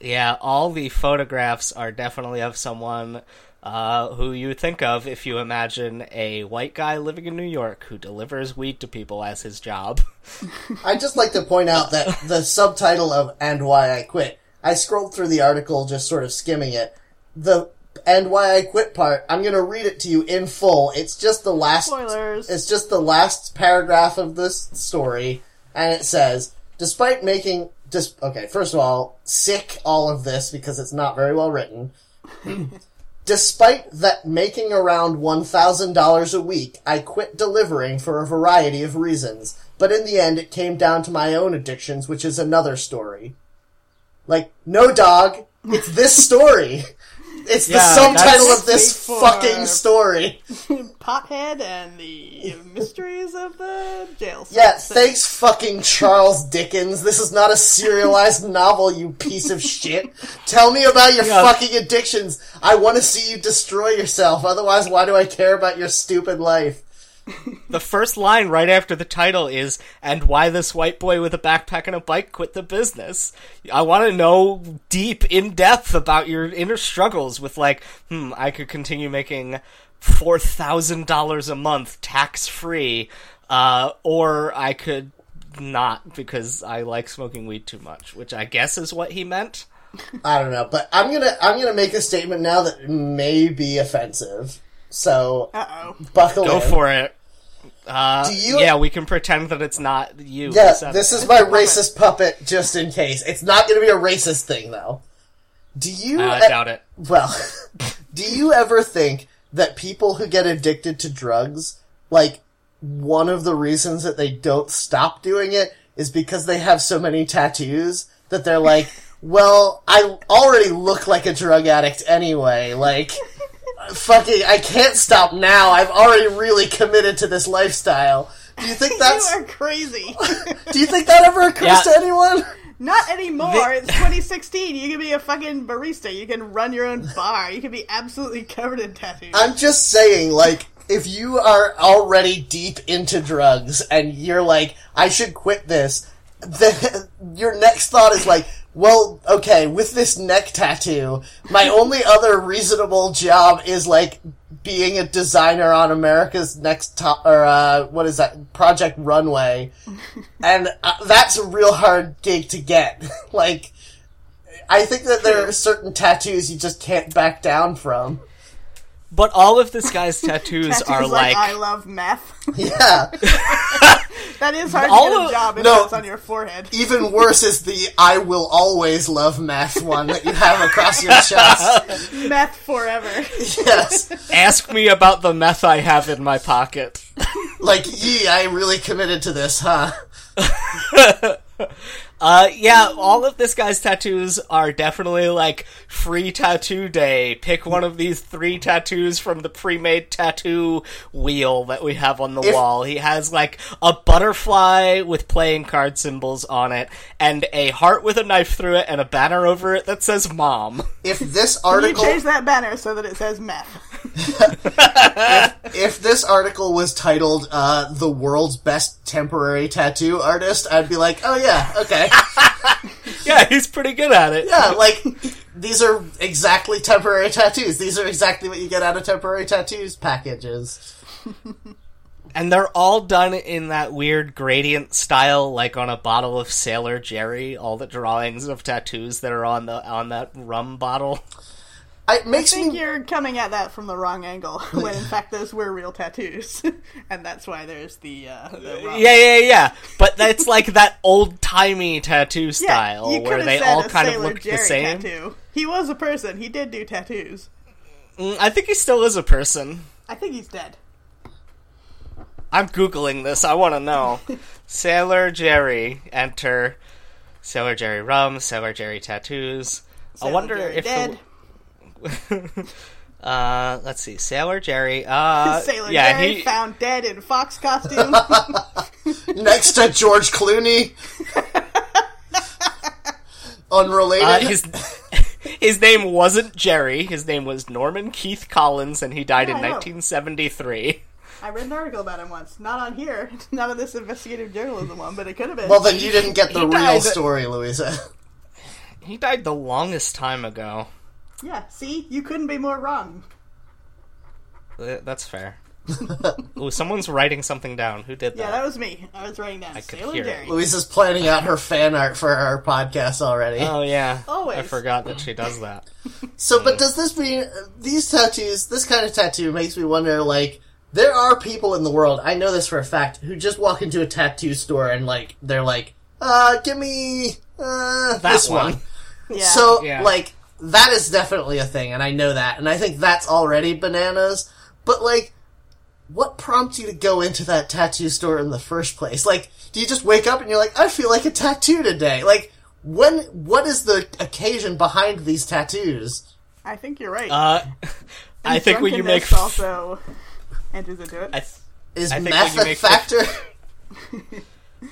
Speaker 2: Yeah, all the photographs are definitely of someone uh, who you think of if you imagine a white guy living in New York who delivers weed to people as his job.
Speaker 1: I'd just like to point out that the subtitle of And Why I Quit, I scrolled through the article just sort of skimming it. The And Why I Quit part, I'm going to read it to you in full. It's just the last
Speaker 3: Spoilers.
Speaker 1: It's just the last paragraph of this story, and it says, despite making just okay, first of all, sick all of this because it's not very well written. Despite that making around $1,000 a week, I quit delivering for a variety of reasons. But in the end, it came down to my own addictions, which is another story. Like, no dog, it's this story. It's the
Speaker 2: Yeah,
Speaker 1: subtitle
Speaker 2: that's-
Speaker 1: of this
Speaker 3: Speak for-
Speaker 1: fucking story.
Speaker 3: Pothead and the mysteries of the jail.
Speaker 1: Yeah,
Speaker 3: system.
Speaker 1: thanks fucking Charles Dickens. This is not a serialized novel, you piece of shit. Tell me about your
Speaker 2: Yeah.
Speaker 1: fucking addictions. I want to see you destroy yourself. Otherwise, why do I care about your stupid life?
Speaker 2: The first line right after the title is, and why this white boy with a backpack and a bike quit the business. I want to know deep, in depth about your inner struggles with, like, hmm, I could continue making $4,000 a month tax free, uh, or I could not because I like smoking weed too much, which I guess is what he meant.
Speaker 1: I don't know, but I'm gonna I'm gonna make a statement now that may be offensive. So
Speaker 3: Uh oh.
Speaker 1: buckle
Speaker 2: Go
Speaker 1: in.
Speaker 2: for it. Uh,
Speaker 1: Do you-
Speaker 2: yeah, we can pretend that it's not you. who
Speaker 1: Yeah,
Speaker 2: said
Speaker 1: this
Speaker 2: it.
Speaker 1: is my racist puppet, just in case. It's not going to be a racist thing, though. Do you?
Speaker 2: Uh,
Speaker 1: e-
Speaker 2: I doubt it.
Speaker 1: Well, do you ever think that people who get addicted to drugs, like one of the reasons that they don't stop doing it is because they have so many tattoos that they're like, well, I already look like a drug addict anyway. Like, fucking, I can't stop now. I've already really committed to this lifestyle. Do you think that's?
Speaker 3: You are crazy.
Speaker 1: Do you think that ever occurs
Speaker 2: Yeah.
Speaker 1: to anyone?
Speaker 3: Not anymore. It's 2016. You can be a fucking barista. You can run your own bar. You can be absolutely covered in tattoos.
Speaker 1: I'm just saying, like, if you are already deep into drugs and you're like, I should quit this, then your next thought is like, well, okay, with this neck tattoo, my only other reasonable job is like being a designer on America's next top, or uh, what is that, Project Runway. and uh, that's a real hard gig to get. like, I think that there are certain tattoos you just can't back down from.
Speaker 2: But all of this guy's tattoos,
Speaker 3: Tattoos
Speaker 2: are like,
Speaker 3: I love meth.
Speaker 1: Yeah.
Speaker 3: that is hard
Speaker 2: All
Speaker 3: to get
Speaker 2: of-
Speaker 3: a job if
Speaker 1: no.
Speaker 3: it's on your forehead.
Speaker 1: Even worse is the "I will always love math" one that you have across your chest.
Speaker 3: meth forever.
Speaker 1: Yes,
Speaker 2: ask me about the meth I have in my pocket.
Speaker 1: like ye, I really committed to this, huh?
Speaker 2: Uh, yeah, all of this guy's tattoos are definitely like free tattoo day. Pick one of these three tattoos from the pre-made tattoo wheel that we have on the wall. He has like a butterfly with playing card symbols on it, and a heart with a knife through it, and a banner over it that says "Mom."
Speaker 1: If this
Speaker 3: You
Speaker 1: article,
Speaker 3: change that banner so that it says meth.
Speaker 1: if this article was titled uh, "The World's Best Temporary Tattoo Artist," I'd be like, "Oh yeah, okay,
Speaker 2: yeah, he's pretty good at it.
Speaker 1: yeah." Like these are exactly temporary tattoos. These are exactly what you get out of temporary tattoos packages.
Speaker 2: And they're all done in that weird gradient style, like on a bottle of Sailor Jerry. All the drawings of tattoos that are on the on that rum bottle.
Speaker 1: I, it makes
Speaker 3: I think
Speaker 1: me
Speaker 3: you're coming at that from the wrong angle, when in fact those were real tattoos, and that's why there's the, uh, the wrong-
Speaker 2: Yeah, yeah, yeah. But that's like that old timey tattoo
Speaker 3: Yeah,
Speaker 2: style
Speaker 3: you
Speaker 2: where
Speaker 3: could've
Speaker 2: they
Speaker 3: said
Speaker 2: all
Speaker 3: a
Speaker 2: kind of
Speaker 3: Sailor
Speaker 2: look the
Speaker 3: Jerry
Speaker 2: same.
Speaker 3: Tattoo. He was a person. He did do tattoos.
Speaker 2: Mm, I think he still is a person.
Speaker 3: I think he's dead.
Speaker 2: I'm googling this. I want to know. Sailor Jerry. Enter. Sailor Jerry rum. Sailor Jerry tattoos. I
Speaker 3: Sailor
Speaker 2: wonder
Speaker 3: Jerry
Speaker 2: if
Speaker 3: dead.
Speaker 2: the Uh, let's see, Sailor Jerry. Uh,
Speaker 3: Sailor
Speaker 2: yeah,
Speaker 3: Jerry
Speaker 2: he.
Speaker 3: found dead in fox costume.
Speaker 1: next to George Clooney. Unrelated.
Speaker 2: uh, his his name wasn't Jerry. His name was Norman Keith Collins, and he died
Speaker 3: Yeah,
Speaker 2: in
Speaker 3: I know.
Speaker 2: 1973.
Speaker 3: I read an article about him once. Not on here. Not on this investigative journalism one, but it could have been.
Speaker 1: Well, then you didn't get the
Speaker 2: He
Speaker 1: real
Speaker 2: died.
Speaker 1: story, Louisa.
Speaker 2: He died the longest time ago.
Speaker 3: yeah, see? You couldn't be more wrong.
Speaker 2: Th- Uh, That's fair. Ooh, someone's writing something down. Who did
Speaker 3: Yeah,
Speaker 2: that?
Speaker 3: that was me. I was writing down
Speaker 2: could
Speaker 3: Sailor
Speaker 2: hear it.
Speaker 3: Jerry.
Speaker 1: Louisa's planning out her fan art for our podcast already.
Speaker 2: Oh yeah.
Speaker 3: Always.
Speaker 2: I forgot that she does that.
Speaker 1: so, but does this mean these tattoos? This kind of tattoo makes me wonder. Like, there are people in the world I know this for a fact who just walk into a tattoo store and like they're like, "Uh, give me uh, this
Speaker 2: one.
Speaker 1: one.
Speaker 3: Yeah.
Speaker 1: So,
Speaker 2: Yeah.
Speaker 1: like, that is definitely a thing, and I know that, and I think that's already bananas. But, like, what prompts you to go into that tattoo store in the first place? Like, do you just wake up and you're like, I feel like a tattoo today? Like, when, what is the occasion behind these tattoos?
Speaker 3: I think you're right.
Speaker 2: Uh, I think when you make
Speaker 3: Drunkenness also enters into it.
Speaker 2: I, th-
Speaker 1: Is
Speaker 2: I think
Speaker 1: meth
Speaker 2: when you
Speaker 1: a
Speaker 2: make
Speaker 1: factor?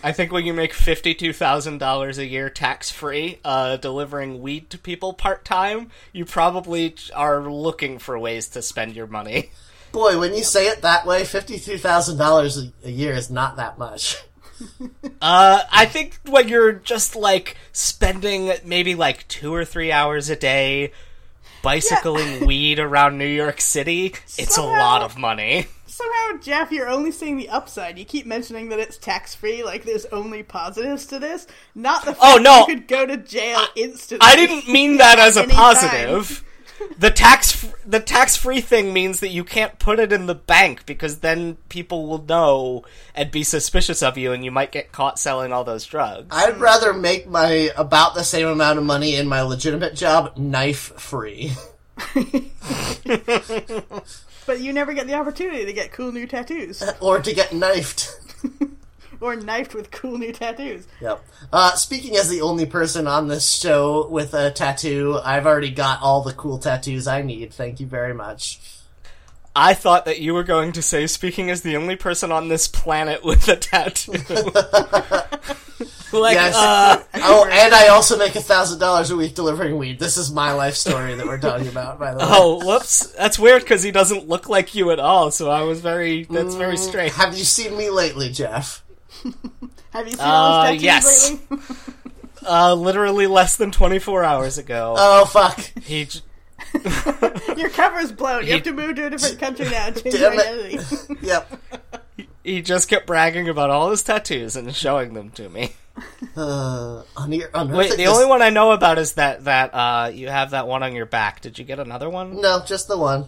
Speaker 2: I think when you make fifty-two thousand dollars a year tax-free, uh, delivering weed to people part-time, you probably are looking for ways to spend your money.
Speaker 1: Boy, when you say it that way, fifty-two thousand dollars a year is not that much.
Speaker 2: Uh, I think when you're just like spending maybe like two or three hours a day bicycling weed around New York City, it's a
Speaker 3: Somehow-
Speaker 2: lot of money.
Speaker 3: Somehow, Jeff, you're only seeing the upside. You keep mentioning that it's tax free, like there's only positives to this. Not the fact
Speaker 2: Oh, no.
Speaker 3: you could go to jail instantly.
Speaker 2: I didn't mean that as a
Speaker 3: Anytime.
Speaker 2: positive. The tax the tax free thing means that you can't put it in the bank because then people will know and be suspicious of you and you might get caught selling all those drugs.
Speaker 1: I'd rather make my about the same amount of money in my legitimate job knife free.
Speaker 3: But you never get the opportunity to get cool new
Speaker 2: Uh,
Speaker 3: tattoos.
Speaker 1: or to get knifed.
Speaker 3: or knifed with cool new tattoos.
Speaker 1: Yep. Uh, speaking as the only person on this show with a tattoo, I've already got all the cool tattoos I need. Thank you very much.
Speaker 2: I thought that you were going to say speaking as the only person on this planet with a tattoo. like
Speaker 1: Yes.
Speaker 2: uh
Speaker 1: oh, and I also make a thousand dollars a week delivering weed. This is my life story that we're talking about, by the way.
Speaker 2: Oh, whoops. That's weird because he doesn't look like you at all, so I was very. That's very strange.
Speaker 1: Have you seen me lately, Jeff?
Speaker 3: Have you seen
Speaker 2: Uh,
Speaker 3: all those tattoos
Speaker 2: yes.
Speaker 3: lately?
Speaker 2: Uh, literally less than 24 hours ago.
Speaker 1: Oh fuck!
Speaker 2: he j-
Speaker 3: Your cover's blown. You have
Speaker 2: He-
Speaker 3: to move to a different country now and change your
Speaker 1: Damn it.
Speaker 3: identity.
Speaker 1: Yep.
Speaker 2: he just kept bragging about all his tattoos and showing them to me.
Speaker 1: Uh, on your on
Speaker 2: Wait, the only one I know about is that that uh, you have that one on your back. Did you get another one?
Speaker 1: No, just the one.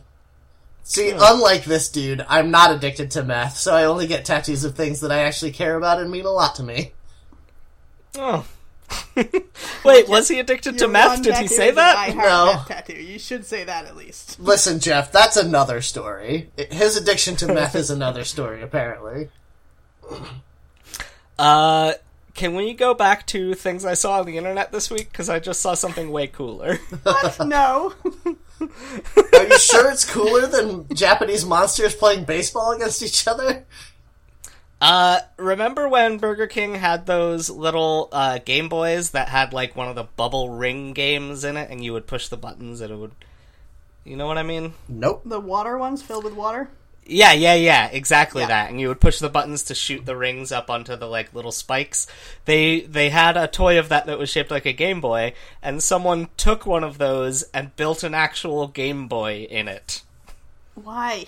Speaker 1: See,
Speaker 2: Hmm.
Speaker 1: unlike this dude, I'm not addicted to meth, so I only get tattoos of things that I actually care about and mean a lot to me.
Speaker 2: Oh. Wait, was he addicted to
Speaker 3: Your
Speaker 2: meth?
Speaker 3: one
Speaker 2: Did he
Speaker 3: tattoo
Speaker 2: say
Speaker 3: is an I
Speaker 2: that?
Speaker 3: heart
Speaker 1: No.
Speaker 3: meth tattoo. You should say that at least.
Speaker 1: Listen, Jeff, that's another story. His addiction to meth is another story, apparently.
Speaker 2: Uh, can we go back to things I saw on the internet this week? Because I just saw something way cooler.
Speaker 3: No.
Speaker 1: Are you sure it's cooler than Japanese monsters playing baseball against each other?
Speaker 2: Uh, remember when Burger King had those little uh, Game Boys that had like one of the bubble ring games in it, and you would push the buttons and it would. You know what I mean?
Speaker 1: Nope.
Speaker 3: the water ones filled with water.
Speaker 2: Yeah, yeah, yeah, exactly
Speaker 3: Yeah.
Speaker 2: that. And you would push the buttons to shoot the rings up onto the like little spikes. They they had a toy of that that was shaped like a Game Boy, and someone took one of those and built an actual Game Boy in it,
Speaker 3: Why?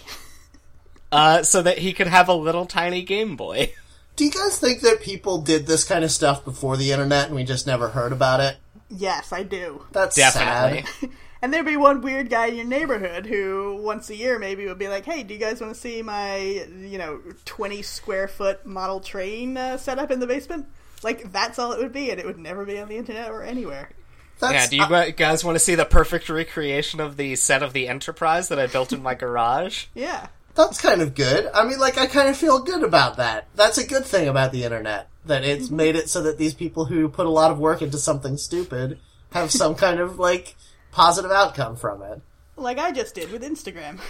Speaker 2: uh, so that he could have a little tiny Game Boy.
Speaker 1: Do you guys think that people did this kind of stuff before the internet and we just never heard about it?
Speaker 3: Yes, I do.
Speaker 1: That's
Speaker 2: Definitely.
Speaker 1: sad.
Speaker 3: And there'd be one weird guy in your neighborhood who, once a year, maybe would be like, "Hey, do you guys want to see my, you know, twenty square foot model train uh, set up in the basement?" Like that's all it would be, and it would never be on the internet or anywhere.
Speaker 2: Yeah,
Speaker 1: That's, uh,
Speaker 2: do you gu- guys want to see the perfect recreation of the set of the Enterprise that I built in my garage?
Speaker 3: Yeah,
Speaker 1: that's kind of good. I mean, like, I kind of feel good about that. That's a good thing about the internet. That it's
Speaker 2: Mm-hmm.
Speaker 1: made it so that these people who put a lot of work into something stupid have some kind of, like, positive outcome from it.
Speaker 3: like I just did with Instagram.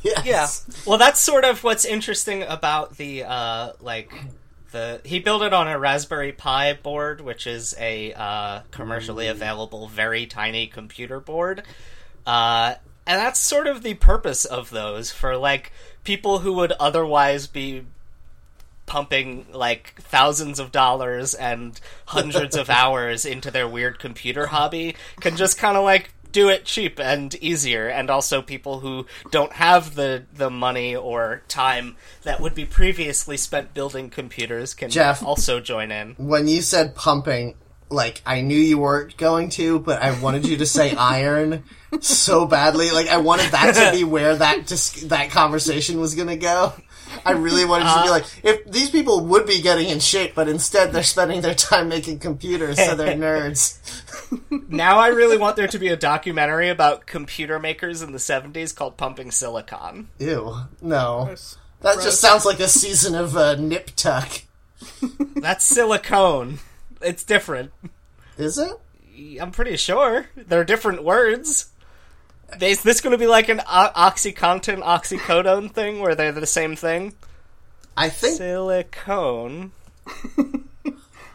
Speaker 1: Yes.
Speaker 2: Well, that's sort of what's interesting about the uh, like the he built it on a Raspberry Pi board, which is a uh, commercially available very tiny computer board. Uh, and that's sort of the purpose of those for like people who would otherwise be pumping like thousands of dollars and hundreds of hours into their weird computer hobby can just kind of like do it cheap and easier and also people who don't have the the money or time that would be previously spent building computers can
Speaker 1: Jeff.
Speaker 2: also join in
Speaker 1: when you said pumping, like I knew you weren't going to, but I wanted you to say iron so badly. Like I wanted that to be where that dis- that conversation was going to go. I really wanted you to be like, if these people would be getting in shape, but instead they're spending their time making computers, so they're nerds.
Speaker 2: now i really want there to be a documentary about computer makers in the 70s called pumping silicon
Speaker 1: Ew, no,
Speaker 3: That's
Speaker 1: that just sounds like a season of uh, Nip Tuck.
Speaker 2: that's silicone it's different
Speaker 1: Is it?
Speaker 2: I'm pretty sure they're different words. Is this going to be like an o- OxyContin, oxycodone thing where they're the same thing?
Speaker 1: I think
Speaker 2: Silicone.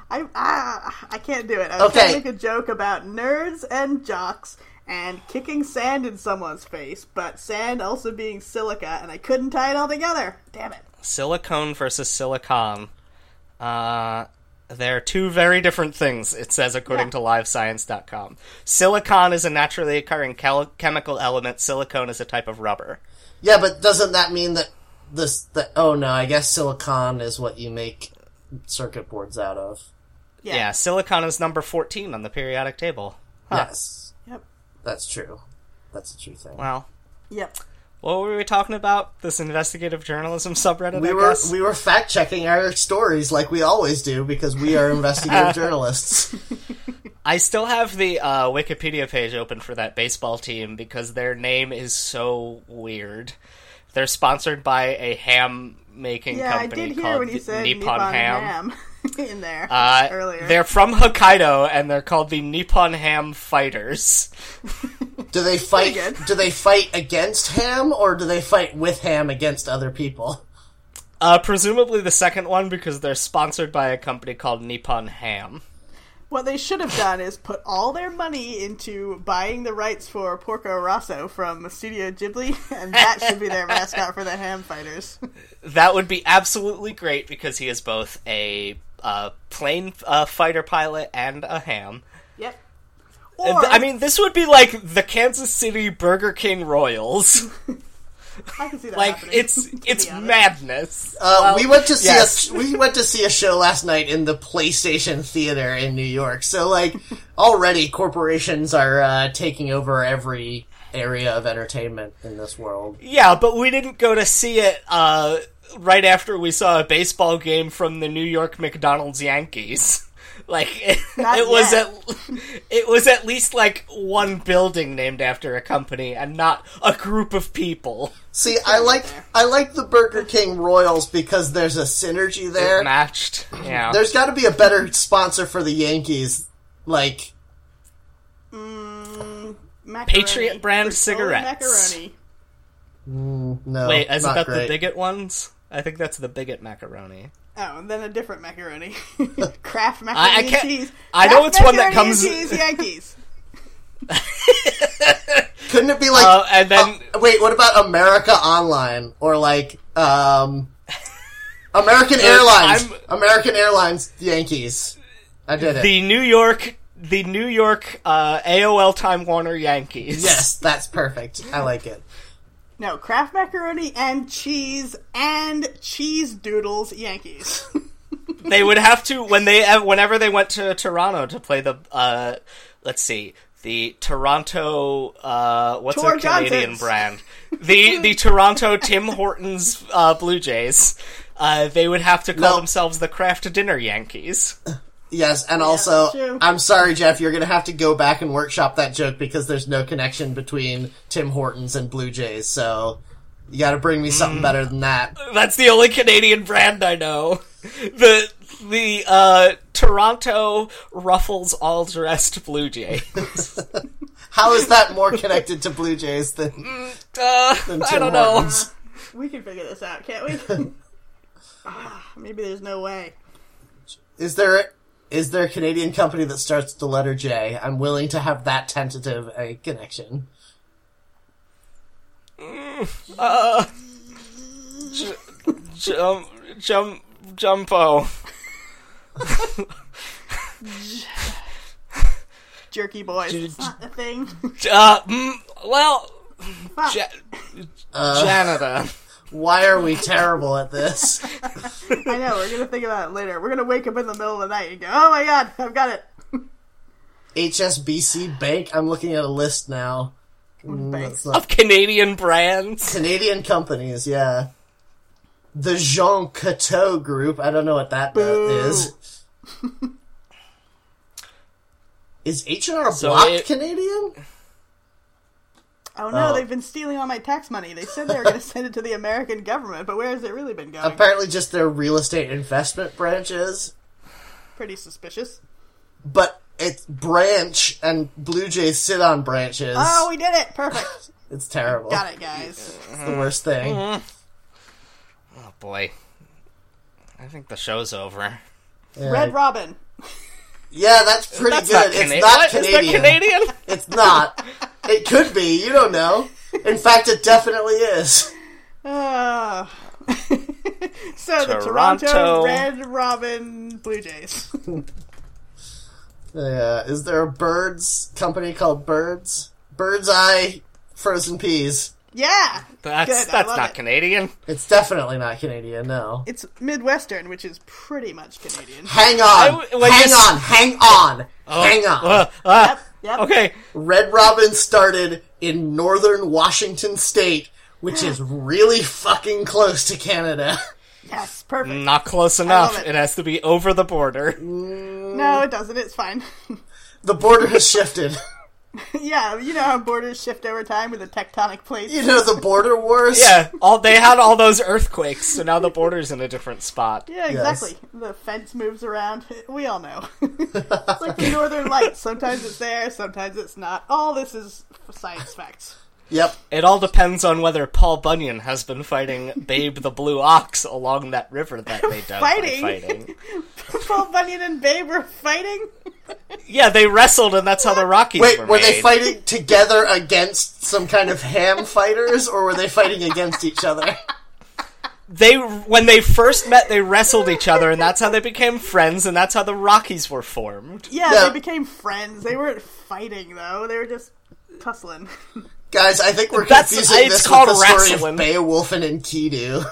Speaker 3: I ah, I can't do it. I was
Speaker 1: Okay.
Speaker 3: trying to make a joke about nerds and jocks, and kicking sand in someone's face, but sand also being silica, and I couldn't tie it all together. Damn it.
Speaker 2: Silicone versus silicon. Uh, they're two very different things, it says according to livescience.com. Silicon is a naturally occurring chel- chemical element, silicone is a type of rubber.
Speaker 1: Yeah, but doesn't that mean that this? That oh no, I guess silicon is what you make circuit boards out of.
Speaker 2: Yeah, silicon is number 14 on the periodic table.
Speaker 1: Yes,
Speaker 3: Yep.
Speaker 1: that's true. That's a true thing.
Speaker 2: Well,
Speaker 3: Yep.
Speaker 2: what were we talking about? This investigative journalism subreddit,
Speaker 1: we
Speaker 2: I
Speaker 1: were
Speaker 2: guess?
Speaker 1: we were fact checking our stories like we always do because we are investigative journalists.
Speaker 2: I still have the uh, Wikipedia page open for that baseball team because their name is so weird. They're sponsored by a ham making
Speaker 3: Yeah, I
Speaker 2: company
Speaker 3: did hear
Speaker 2: called
Speaker 3: when you said
Speaker 2: Nippon,
Speaker 3: Nippon,
Speaker 2: Ham.
Speaker 3: ham, in there
Speaker 2: Uh,
Speaker 3: earlier.
Speaker 2: They're from Hokkaido and they're called the Nippon Ham Fighters.
Speaker 1: Do they fight?
Speaker 3: Pretty good.
Speaker 1: Do they fight against ham or do they fight with ham against other people?
Speaker 2: Uh, presumably the second one because they're sponsored by a company called Nippon Ham.
Speaker 3: What they should have done is put all their money into buying the rights for Porco Rosso from Studio Ghibli, and that should be their mascot for the ham fighters.
Speaker 2: That would be absolutely great because he is both a uh, plane uh, fighter pilot and a ham.
Speaker 3: Yep.
Speaker 2: Uh, Th-
Speaker 3: Or,
Speaker 2: I mean, this would be like the Kansas City Burger King Royals.
Speaker 3: I can see that
Speaker 2: like
Speaker 3: happening,
Speaker 2: it's
Speaker 3: to be
Speaker 2: it's
Speaker 3: honest.
Speaker 2: madness.
Speaker 1: Uh, we went to see
Speaker 2: yes.
Speaker 1: a we went to see a show last night in the PlayStation Theater in New York. So like already corporations are uh, taking over every area of entertainment in this world.
Speaker 2: Yeah, but we didn't go to see it uh, right after we saw a baseball game from the New York McDonald's Yankees. Like it,
Speaker 3: Not
Speaker 2: it was
Speaker 3: yet.
Speaker 2: at it was at least like one building named after a company and not a group of people.
Speaker 1: See, I like I like the Burger King Royals because there's a synergy there.
Speaker 2: matched. Yeah.
Speaker 1: There's got to be a better sponsor for the Yankees. Like,
Speaker 3: Macaroni.
Speaker 2: Patriot brand
Speaker 3: Frizzoli
Speaker 2: cigarettes.
Speaker 3: Macaroni.
Speaker 1: no,
Speaker 2: Wait, is
Speaker 1: not
Speaker 2: that
Speaker 1: great.
Speaker 2: the bigot ones? I think that's the bigot macaroni.
Speaker 3: Oh, and then a different macaroni. Kraft macaroni
Speaker 2: I- I
Speaker 3: and
Speaker 2: can't-
Speaker 3: cheese.
Speaker 2: I know
Speaker 3: Kraft
Speaker 2: it's one that
Speaker 3: macaroni and
Speaker 2: comes-
Speaker 3: Cheese Yankees.
Speaker 1: Couldn't it be like?
Speaker 2: Uh, and then
Speaker 1: uh, wait, what about America Online or like um, American Airlines?
Speaker 2: I'm-
Speaker 1: American Airlines Yankees. I did it.
Speaker 2: the New York the New York uh, AOL Time Warner Yankees.
Speaker 1: yes, that's perfect. I like it.
Speaker 3: No, Kraft macaroni and cheese and cheese doodles Yankees.
Speaker 2: they would have to when they whenever they went to Toronto to play the uh, let's see the Toronto uh, what's
Speaker 3: Tor
Speaker 2: a Canadian
Speaker 3: Johnson's.
Speaker 2: brand the the Toronto Tim Hortons uh, Blue Jays uh, they would have to call
Speaker 1: No.
Speaker 2: themselves the Kraft Dinner Yankees.
Speaker 1: Yes, and
Speaker 3: that's true.
Speaker 1: also, I'm sorry, Jeff. You're gonna have to go back and workshop that joke because there's no connection between Tim Hortons and Blue Jays. So you got to bring me something
Speaker 2: Mm.
Speaker 1: better than that.
Speaker 2: That's the only Canadian brand I know. The the uh, Toronto Ruffles all dressed Blue Jay.
Speaker 1: How is that more connected to Blue Jays than
Speaker 2: Uh, I
Speaker 1: Tim
Speaker 2: don't know.
Speaker 1: Hortons.
Speaker 3: we can figure this out, can't we? Ah, maybe there's no way.
Speaker 1: Is there is there a Canadian company that starts with the letter J? I'm willing to have that tentative a connection.
Speaker 2: Jump jump jumpo.
Speaker 3: Jerky boys. It's not a thing.
Speaker 2: Uh, mm, well,
Speaker 3: Fuck.
Speaker 2: ja- janitor.
Speaker 1: Why are we terrible at this?
Speaker 3: I know, we're gonna think about it later. We're gonna wake up in the middle of the night and go, Oh my god, I've got it.
Speaker 1: HSBC Bank. I'm looking at a list now. Mm,
Speaker 3: Thanks.
Speaker 1: that's not-
Speaker 2: of Canadian brands.
Speaker 1: Canadian companies. Yeah, the Jean Coteau Group. I don't know what that
Speaker 3: Boo.
Speaker 1: is. Is H and R
Speaker 2: So
Speaker 1: Block
Speaker 2: it-
Speaker 1: Canadian?
Speaker 3: Oh no,
Speaker 1: Oh.
Speaker 3: they've been stealing all my tax money. They said they were gonna send it to the American government, but where has it really been going?
Speaker 1: Apparently, just their real estate investment branches.
Speaker 3: Pretty suspicious.
Speaker 1: but it's branch and blue jays sit on branches.
Speaker 3: Oh, we did it! Perfect.
Speaker 1: it's terrible.
Speaker 3: Got it, guys.
Speaker 1: It's the worst thing.
Speaker 2: Mm-hmm. Oh boy, I think the show's over.
Speaker 1: Yeah.
Speaker 3: Red Robin.
Speaker 1: yeah, that's pretty
Speaker 2: That's
Speaker 1: good.
Speaker 2: not, Cana-
Speaker 1: it's not
Speaker 2: What? Is that
Speaker 1: Canadian.
Speaker 2: Canadian.
Speaker 1: It's not. It could be. You don't know. In fact, it definitely is.
Speaker 3: Ah. so the
Speaker 2: Toronto.
Speaker 3: Toronto Red Robin Blue Jays.
Speaker 1: Yeah. Is there a birds company called Birds? Bird's Eye Frozen Peas.
Speaker 3: yeah.
Speaker 2: That's
Speaker 3: Good, I
Speaker 2: that's
Speaker 3: love
Speaker 2: not
Speaker 3: it.
Speaker 2: Canadian.
Speaker 1: It's definitely not Canadian. No.
Speaker 3: It's Midwestern, which is pretty much Canadian.
Speaker 1: Hang on.
Speaker 2: I w- like
Speaker 1: hang
Speaker 2: it's-
Speaker 1: on. Hang on. Oh. hang on.
Speaker 2: Uh, uh,
Speaker 3: Yep, yep.
Speaker 2: Okay.
Speaker 1: Red Robin started in northern Washington state, which is really fucking close to Canada.
Speaker 3: Yes, perfect.
Speaker 2: Not close enough.
Speaker 3: it.
Speaker 2: It. has to be over the border. Mm.
Speaker 3: No, it doesn't. It's fine.
Speaker 1: The border has shifted.
Speaker 3: yeah, you know how borders shift over time with the tectonic plates.
Speaker 1: You know the border wars?
Speaker 2: Yeah, all they had all those earthquakes, so now the border's in a different spot.
Speaker 3: Yeah, exactly. The fence moves around. We all know. it's like the Northern Lights. Sometimes it's there, sometimes it's not. All this is science facts.
Speaker 1: Yep.
Speaker 2: It all depends on whether Paul Bunyan has been fighting Babe the Blue Ox along that river that they dug. by
Speaker 3: Fighting?
Speaker 2: fighting.
Speaker 3: Paul Bunyan and Babe are fighting.
Speaker 2: Yeah, they wrestled, and that's how the Rockies
Speaker 1: Wait,
Speaker 2: were,
Speaker 1: were, they
Speaker 2: made.
Speaker 1: fighting together against some kind of ham fighters, or were they fighting against each other?
Speaker 2: They when they first met, they wrestled each other, and that's how they became friends, and that's how the Rockies were formed.
Speaker 3: Yeah,
Speaker 1: Yeah.
Speaker 3: they became friends. They weren't fighting though. They were just tussling.
Speaker 1: Guys, I think we're
Speaker 2: That's-
Speaker 1: confusing
Speaker 2: it's
Speaker 1: this
Speaker 2: called
Speaker 1: with the story
Speaker 2: wrestling.
Speaker 1: of Beowulf and Enkidu.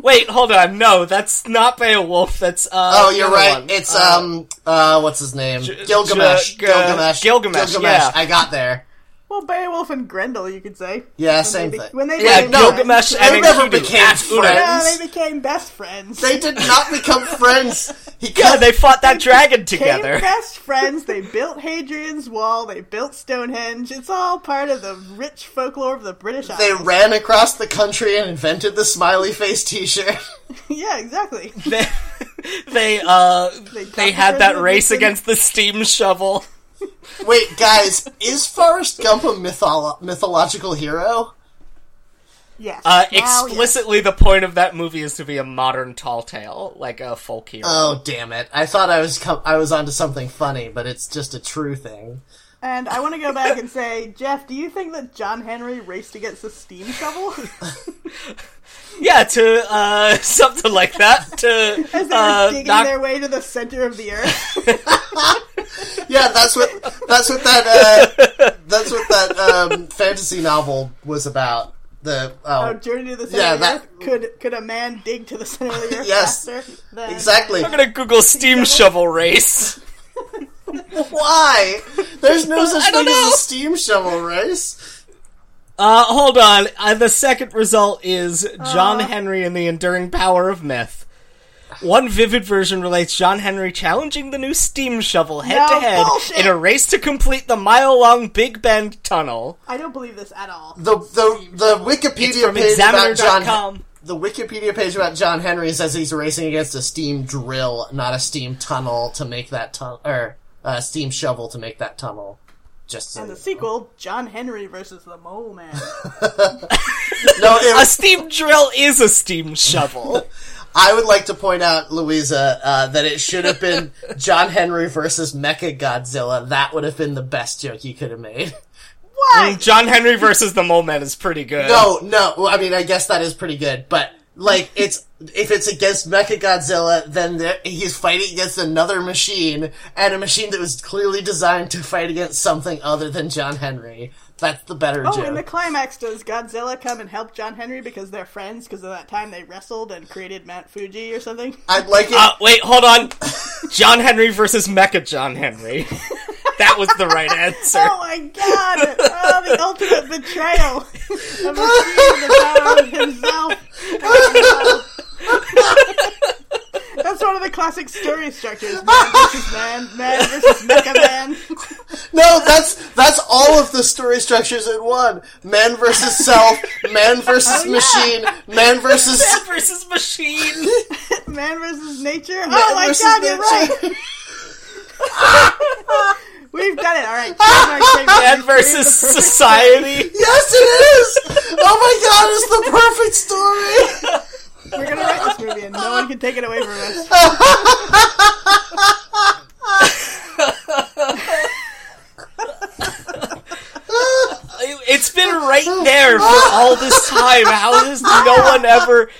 Speaker 2: Wait, hold on, no, that's not Beowulf. That's uh,
Speaker 1: Oh,
Speaker 2: the
Speaker 1: you're
Speaker 2: other
Speaker 1: right.
Speaker 2: one.
Speaker 1: It's
Speaker 2: Uh,
Speaker 1: um, uh, what's his name? Gilgamesh.
Speaker 2: J-
Speaker 1: Gilgamesh.
Speaker 2: Gilgamesh, yeah.
Speaker 1: I got there.
Speaker 3: well, Beowulf and Grendel, you could say.
Speaker 1: Yeah,
Speaker 3: When
Speaker 1: same
Speaker 3: they be-
Speaker 1: thing.
Speaker 3: When they
Speaker 1: Yeah,
Speaker 3: became
Speaker 1: no,
Speaker 2: Gilgamesh and
Speaker 3: friends.
Speaker 1: They never
Speaker 2: Enkidu
Speaker 1: became
Speaker 2: at Ur.
Speaker 1: friends.
Speaker 3: Yeah, they became best friends.
Speaker 1: They did not become friends. He
Speaker 2: Yeah,
Speaker 1: cut
Speaker 2: they fought that dragon
Speaker 3: became
Speaker 2: together.
Speaker 3: best friends. They built Hadrian's Wall. They built Stonehenge. It's all part of the rich folklore of the British
Speaker 1: They
Speaker 3: Isles.
Speaker 1: ran across the country and invented the smiley face T-shirt.
Speaker 3: yeah, exactly.
Speaker 2: they they uh they,
Speaker 3: got
Speaker 2: had that
Speaker 3: the president
Speaker 2: race
Speaker 3: and-
Speaker 2: against the steam shovel.
Speaker 1: Wait, guys, is Forrest Gump a mytholo- mythological hero?
Speaker 3: Yes.
Speaker 2: Uh,
Speaker 3: Now, yes.
Speaker 2: explicitly, the point of that movie is to be a modern tall tale, like a folk hero.
Speaker 1: Oh damn it! I thought I was com- I was onto something funny, but it's just a true thing.
Speaker 3: And I want to go back and say, Jeff, do you think that John Henry raced against the steam shovel?
Speaker 2: yeah, to uh, something like that. To
Speaker 3: As they were
Speaker 2: uh,
Speaker 3: digging
Speaker 2: knock-
Speaker 3: their way to the center of the earth.
Speaker 1: Yeah, that's what that's what that uh, that's what that um, fantasy novel was about. The
Speaker 3: Oh,
Speaker 1: oh,
Speaker 3: journey to the center
Speaker 1: Yeah,
Speaker 3: of the
Speaker 1: that-
Speaker 3: earth. Could could a man dig to the center of the earth
Speaker 1: Yes.
Speaker 3: faster? Than...
Speaker 1: exactly.
Speaker 2: I'm gonna Google steam shovel race.
Speaker 1: Why? There's no such
Speaker 2: I
Speaker 1: thing
Speaker 2: don't
Speaker 1: as
Speaker 2: know.
Speaker 1: a steam shovel race.
Speaker 2: Uh, hold on. Uh, the second result is John Henry and the Enduring Power of Myth. One vivid version relates John Henry challenging the new steam shovel head to head
Speaker 3: bullshit.
Speaker 2: in a race to complete the mile long Big Bend Tunnel.
Speaker 3: I don't believe this at all.
Speaker 1: The the the Wikipedia
Speaker 2: From
Speaker 1: page about John.
Speaker 2: Examiner.com.
Speaker 1: the Wikipedia page about John Henry says he's racing against a steam drill, not a steam tunnel, to make that tunnel, or a steam shovel to make that tunnel. Just so.
Speaker 3: And the sequel, John Henry versus the Mole Man.
Speaker 1: no, it
Speaker 2: A
Speaker 1: was,
Speaker 2: steam drill is a steam shovel.
Speaker 1: I would like to point out, Louisa, uh, that it should have been John Henry versus Mecha Godzilla. That would have been the best joke you could have made.
Speaker 3: Why?
Speaker 2: John Henry versus the Mole Man is pretty good.
Speaker 1: No, no. Well, I mean, I guess that is pretty good, but like, it's if it's against Mecha Godzilla, then the, he's fighting against another machine and a machine that was clearly designed to fight against something other than John Henry. That's the better
Speaker 3: Oh, in the
Speaker 1: joke.
Speaker 3: climax, does Godzilla come and help John Henry because they're friends? Because of that time they wrestled and created Mount Fuji or something?
Speaker 1: I'd like it.
Speaker 2: Uh, wait, hold on. John Henry versus Mecha John Henry. That was the right answer.
Speaker 3: Oh my god! Oh, the ultimate betrayal of a king, the power of himself. Oh, no. That's one of the classic story structures: man versus man, man versus mecha man.
Speaker 1: no, that's that's all of the story structures in one: man versus self, man
Speaker 3: Oh,
Speaker 1: versus machine, man versus.
Speaker 2: Man versus machine.
Speaker 3: Man versus nature.
Speaker 1: man
Speaker 3: oh my
Speaker 1: versus
Speaker 3: god, you're right.
Speaker 1: nature.
Speaker 3: We've done it. All right. trademark, trademark.
Speaker 2: Man versus society.
Speaker 1: Yes, it is. Oh my god, it's the perfect story.
Speaker 3: We're gonna write this movie, and no one can take it away from us.
Speaker 2: were right there for all this time. How has no one ever?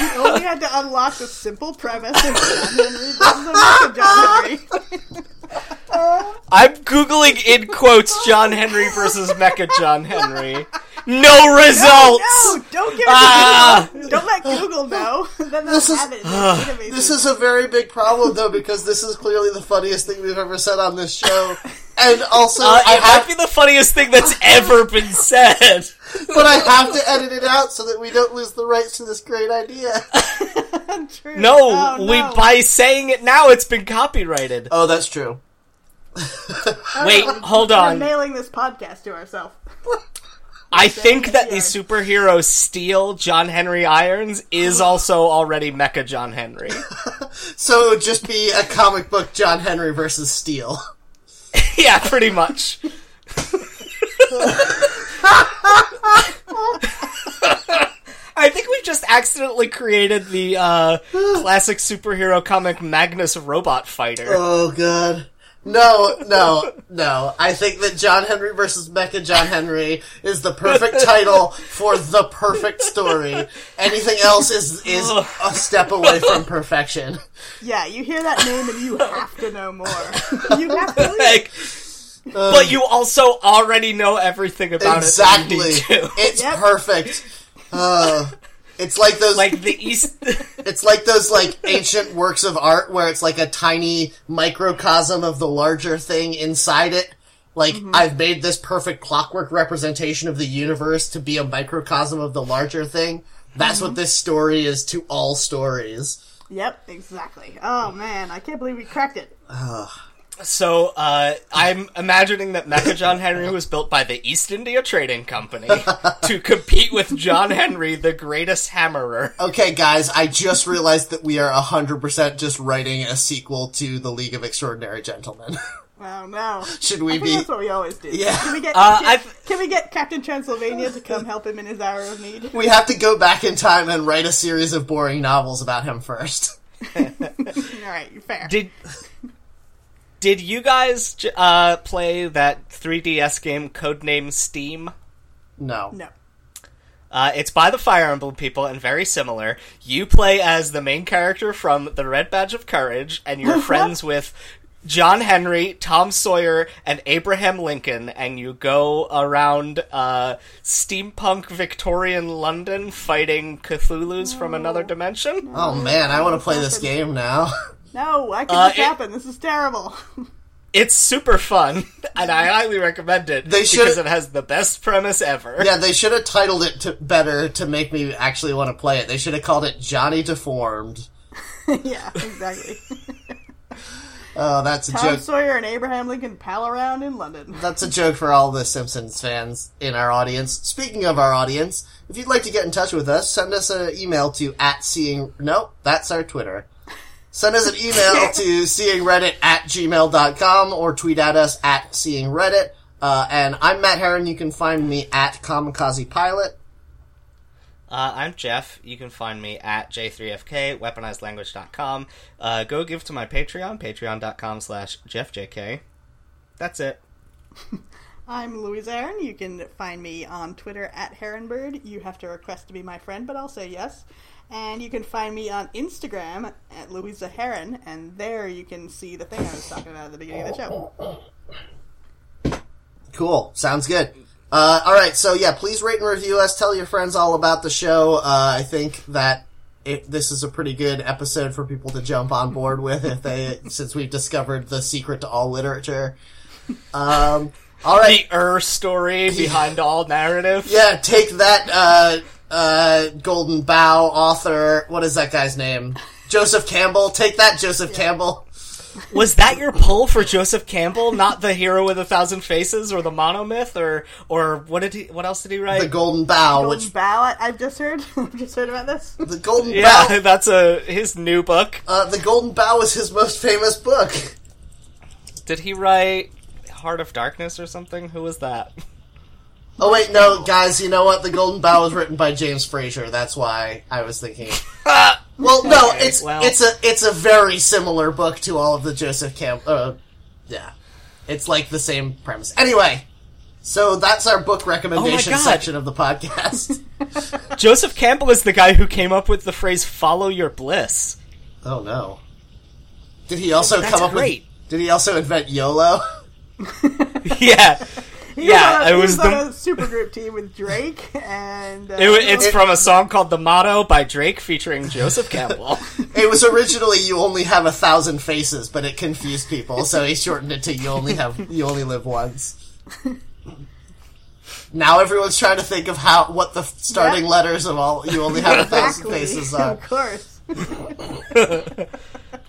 Speaker 3: You only had to unlock the simple premise of John Henry versus American John Henry.
Speaker 2: I'm googling in quotes John Henry versus Mecha John Henry. No results.
Speaker 3: No, don't give it to
Speaker 2: Ah.
Speaker 3: Google. Don't let Google know. Then they'll
Speaker 1: This is-
Speaker 3: have it. in their databases.
Speaker 1: This is a very big problem, though, because this is clearly the funniest thing we've ever said on this show. And also,
Speaker 2: Uh,
Speaker 1: I
Speaker 2: it might
Speaker 1: have,
Speaker 2: be the funniest thing that's ever been said.
Speaker 1: but I have to edit it out so that we don't lose the rights to this great idea.
Speaker 3: True.
Speaker 2: No,
Speaker 3: Oh,
Speaker 2: we
Speaker 3: no.
Speaker 2: by saying it now, it's been copyrighted.
Speaker 1: Oh, that's true.
Speaker 2: Wait, hold
Speaker 3: We're
Speaker 2: on.
Speaker 3: mailing this podcast to ourselves.
Speaker 2: I think that the
Speaker 3: Yeah.
Speaker 2: superhero Steel John Henry Irons is also already Mecha John Henry.
Speaker 1: So it would just be a comic book John Henry versus Steel.
Speaker 2: yeah, pretty much. I think we've just accidentally created the uh, classic superhero comic Magnus Robot Fighter.
Speaker 1: Oh god. No, no, no. I think that John Henry versus Mecha John Henry is the perfect title for the perfect story. Anything else is is a step away from perfection.
Speaker 3: Yeah, you hear that name and you have to know more. You have to. Leave.
Speaker 2: Like, but you also already know everything about
Speaker 1: Exactly.
Speaker 2: it. that you need to.
Speaker 1: It's
Speaker 3: Yep.
Speaker 1: perfect. Uh, it's like those
Speaker 2: like the East.
Speaker 1: it's like those like ancient works of art where it's like a tiny microcosm of the larger thing inside it. Like I've made this perfect clockwork representation of the universe to be a microcosm of the larger thing. That's what this story is to all stories.
Speaker 3: Yep, exactly. Oh man, I can't believe we cracked it.
Speaker 2: so uh, I'm imagining that Mecha John Henry was built by the East India Trading Company to compete with John Henry, the greatest hammerer.
Speaker 1: Okay, guys, I just realized that we are 100% just writing a sequel to The League of Extraordinary Gentlemen.
Speaker 3: Oh no.
Speaker 1: Should we
Speaker 3: I think
Speaker 1: be
Speaker 3: that's what we always do.
Speaker 1: Yeah.
Speaker 3: Can we get
Speaker 2: Uh,
Speaker 3: can,
Speaker 2: I've-
Speaker 3: can we get Captain Transylvania to come help him in his hour of need?
Speaker 1: We have to go back in time and write a series of boring novels about him first.
Speaker 3: All right, fair.
Speaker 2: Did did you guys j- uh, play that 3DS game codenamed Steam?
Speaker 1: No.
Speaker 3: no.
Speaker 2: Uh, it's by the Fire Emblem people and very similar. You play as the main character from the Red Badge of Courage, and you're friends with John Henry, Tom Sawyer, and Abraham Lincoln, and you go around uh, steampunk Victorian London fighting Cthulhu's from another dimension.
Speaker 1: Oh man, I want to play this game now.
Speaker 3: No, why can
Speaker 2: Uh,
Speaker 3: this
Speaker 2: it-
Speaker 3: happen? This is terrible.
Speaker 2: It's super fun, and I highly recommend it
Speaker 1: They should-
Speaker 2: because it has the best premise ever.
Speaker 1: yeah, they should have titled it to, better to make me actually want to play it. They should have called it Johnny Deformed.
Speaker 3: yeah, exactly.
Speaker 1: Oh, that's a
Speaker 3: Tom
Speaker 1: joke.
Speaker 3: Sawyer and Abraham Lincoln pal around in London.
Speaker 1: That's a joke for all the Simpsons fans in our audience. Speaking of our audience, if you'd like to get in touch with us, send us an email to at seeing. No, that's our Twitter. Send us an email to seeingreddit at gmail.com or tweet at us at seeingreddit. Uh, and I'm Matt Heron. You can find me at kamikaze pilot.
Speaker 2: Uh, I'm Jeff. You can find me at j3fk, weaponizedlanguage.com. Uh, go give to my Patreon, patreon.com slash jeffjk. That's it.
Speaker 3: I'm Louise Aaron. You can find me on Twitter at Heronbird. You have to request to be my friend, but I'll say yes. And you can find me on Instagram at Louisa Heron, and there you can see the thing I was talking about at the beginning of the show.
Speaker 2: Oh,
Speaker 1: Cool. Sounds good. Uh, all right. So yeah, please rate and review us. Tell your friends all about the show. Uh, I think that it, this is a pretty good episode for people to jump on board with if they, since we've discovered the secret to all literature. Um, all right.
Speaker 2: The er story behind all narrative.
Speaker 1: Yeah. Take that, uh, uh, Golden Bough author. What is that guy's name? Joseph Campbell. Take that, Joseph Campbell.
Speaker 2: Was that your pull for Joseph Campbell, not the hero with a thousand faces or the monomyth or or what did he what else did he
Speaker 1: The
Speaker 2: write?
Speaker 1: Golden Bough,
Speaker 3: Golden
Speaker 1: which
Speaker 3: Bough, I- I've just heard. I've just heard about this.
Speaker 1: the Golden Bough,
Speaker 2: yeah, that's a his new book.
Speaker 1: uh, the Golden Bough is his most famous book.
Speaker 2: Did he write Heart of Darkness or something? Who was that?
Speaker 1: Oh wait, no, guys. You know what? The Golden Bough was written by James Frazier. That's why I was thinking. Well, no,
Speaker 2: Okay,
Speaker 1: it's
Speaker 2: well-
Speaker 1: it's a it's a very similar book to all of the Joseph Campbell. Uh, yeah, it's like the same premise. Anyway, So that's our book recommendation
Speaker 2: Oh my God.
Speaker 1: section of the podcast.
Speaker 2: Joseph Campbell is the guy who came up with the phrase "follow your bliss."
Speaker 1: oh no. Did he also
Speaker 2: That's
Speaker 1: come up
Speaker 2: great.
Speaker 1: with Did he also invent YOLO?
Speaker 2: yeah,
Speaker 3: He was
Speaker 2: yeah.
Speaker 3: on a-
Speaker 2: It was
Speaker 3: he was on
Speaker 2: the.
Speaker 3: a supergroup team with Drake and uh,
Speaker 2: It, wa- it's from a song called "The Motto" by Drake featuring Joseph Campbell.
Speaker 1: It was originally you only have a thousand faces, but it confused people, so he shortened it to you only have you only live once. Now everyone's trying to think of how what the starting
Speaker 3: Yeah.
Speaker 1: letters of all you only have a thousand
Speaker 3: Exactly.
Speaker 1: faces are.
Speaker 3: of course.
Speaker 2: uh,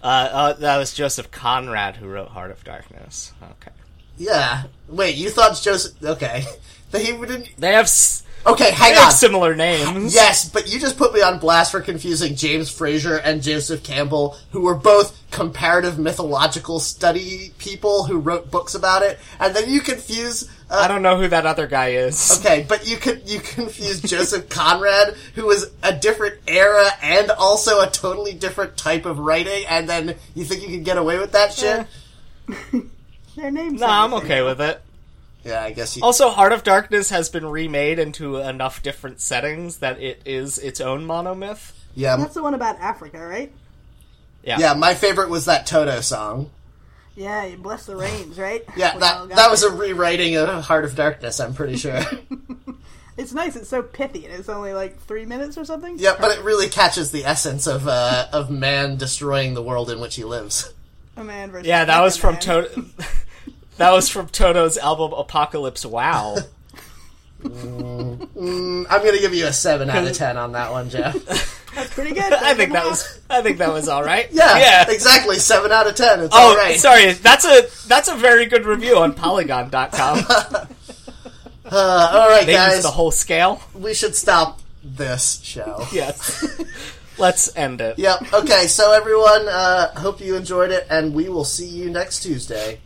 Speaker 2: uh, that was Joseph Conrad who wrote "Heart of Darkness." Okay,
Speaker 1: Yeah. Wait, you thought Joseph? Okay, they didn't.
Speaker 2: they have s-
Speaker 1: Okay,
Speaker 2: they
Speaker 1: hang on.
Speaker 2: have similar names.
Speaker 1: Yes, but you just put me on blast for confusing James Fraser and Joseph Campbell, who were both comparative mythological study people who wrote books about it, and then you confuse.
Speaker 2: I
Speaker 1: Uh,
Speaker 2: don't know who that other guy is.
Speaker 1: okay, but you could you confuse Joseph Conrad, who was a different era and also a totally different type of writing, and then you think you can get away with that shit?
Speaker 2: Eh.
Speaker 3: Their names.
Speaker 2: No, I'm
Speaker 3: everything.
Speaker 2: okay with it.
Speaker 1: Yeah, I guess you.
Speaker 2: Also, Heart of Darkness has been remade into enough different settings that it is its own monomyth.
Speaker 1: yeah, m-
Speaker 3: That's the one about Africa, right?
Speaker 1: yeah. My favorite was that Toto song.
Speaker 3: Yeah, you bless the rains, right?
Speaker 1: Yeah,
Speaker 3: We all
Speaker 1: that
Speaker 3: got
Speaker 1: that was
Speaker 3: it.
Speaker 1: a rewriting of Heart of Darkness. I'm pretty sure.
Speaker 3: It's nice. It's so pithy, and it's only like three minutes or something.
Speaker 1: yeah, but it really catches the essence of uh, of man destroying the world in which he lives.
Speaker 3: a man versus
Speaker 2: Yeah, that was
Speaker 3: a
Speaker 2: from
Speaker 3: man.
Speaker 2: Toto. that was from Toto's album Apocalypse Wow.
Speaker 1: Mm, I'm gonna give you a seven out of ten on that one, Jeff.
Speaker 3: That's pretty good.
Speaker 2: I think that was. I think that was all right.
Speaker 1: Yeah,
Speaker 2: Yeah.
Speaker 1: exactly. Seven out of ten. It's
Speaker 2: Oh,
Speaker 1: all right.
Speaker 2: sorry. That's a that's a very good review on Polygon.com.
Speaker 1: Uh, all right,
Speaker 2: They
Speaker 1: guys,
Speaker 2: use the whole scale.
Speaker 1: we should stop this show.
Speaker 2: Yes. Let's end it.
Speaker 1: Yep. Okay. So everyone, uh, hope you enjoyed it, and we will see you next Tuesday.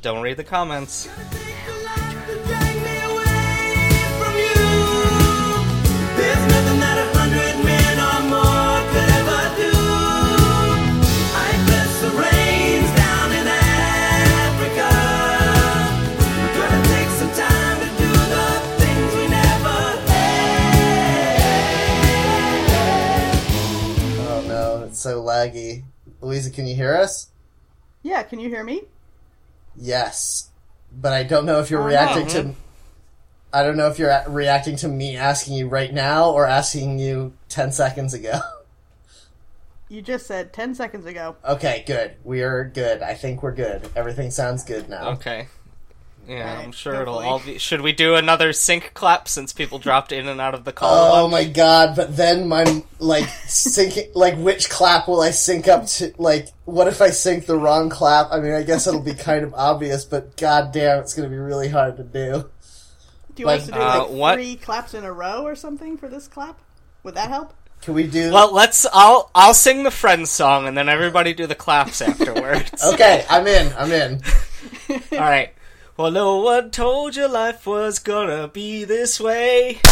Speaker 2: Don't read the comments.
Speaker 4: Time to do the things we never had.
Speaker 1: Oh no, it's so laggy. Louisa, can you hear us?
Speaker 3: Yeah, can you hear me?
Speaker 1: Yes, but I don't know if you're
Speaker 3: Oh,
Speaker 1: reacting to. I don't know if you're a- reacting to me asking you right now or asking you ten seconds ago.
Speaker 3: You just said ten seconds ago.
Speaker 1: okay, good. We are good. I think we're good. Everything sounds good now.
Speaker 2: Okay. Yeah, I'm
Speaker 3: Right,
Speaker 2: sure it'll
Speaker 3: hopefully.
Speaker 2: all be. Should we do another sync clap since people dropped in and out of the call?
Speaker 1: Oh my god! But then my like syncing like which clap will I sync up to? Like, what if I sync the wrong clap? I mean, I guess it'll be kind of obvious, but goddamn, it's gonna be really hard to do.
Speaker 3: Do you want us
Speaker 1: Like,
Speaker 3: to do
Speaker 2: uh,
Speaker 3: like
Speaker 2: what-
Speaker 3: three claps in a row or something for this clap? Would that help?
Speaker 1: Can we do?
Speaker 2: Well, let's. I'll I'll sing the Friends song and then everybody do the claps afterwards.
Speaker 1: okay, I'm in. I'm in.
Speaker 2: All right. Well, no one told you life was gonna be this way.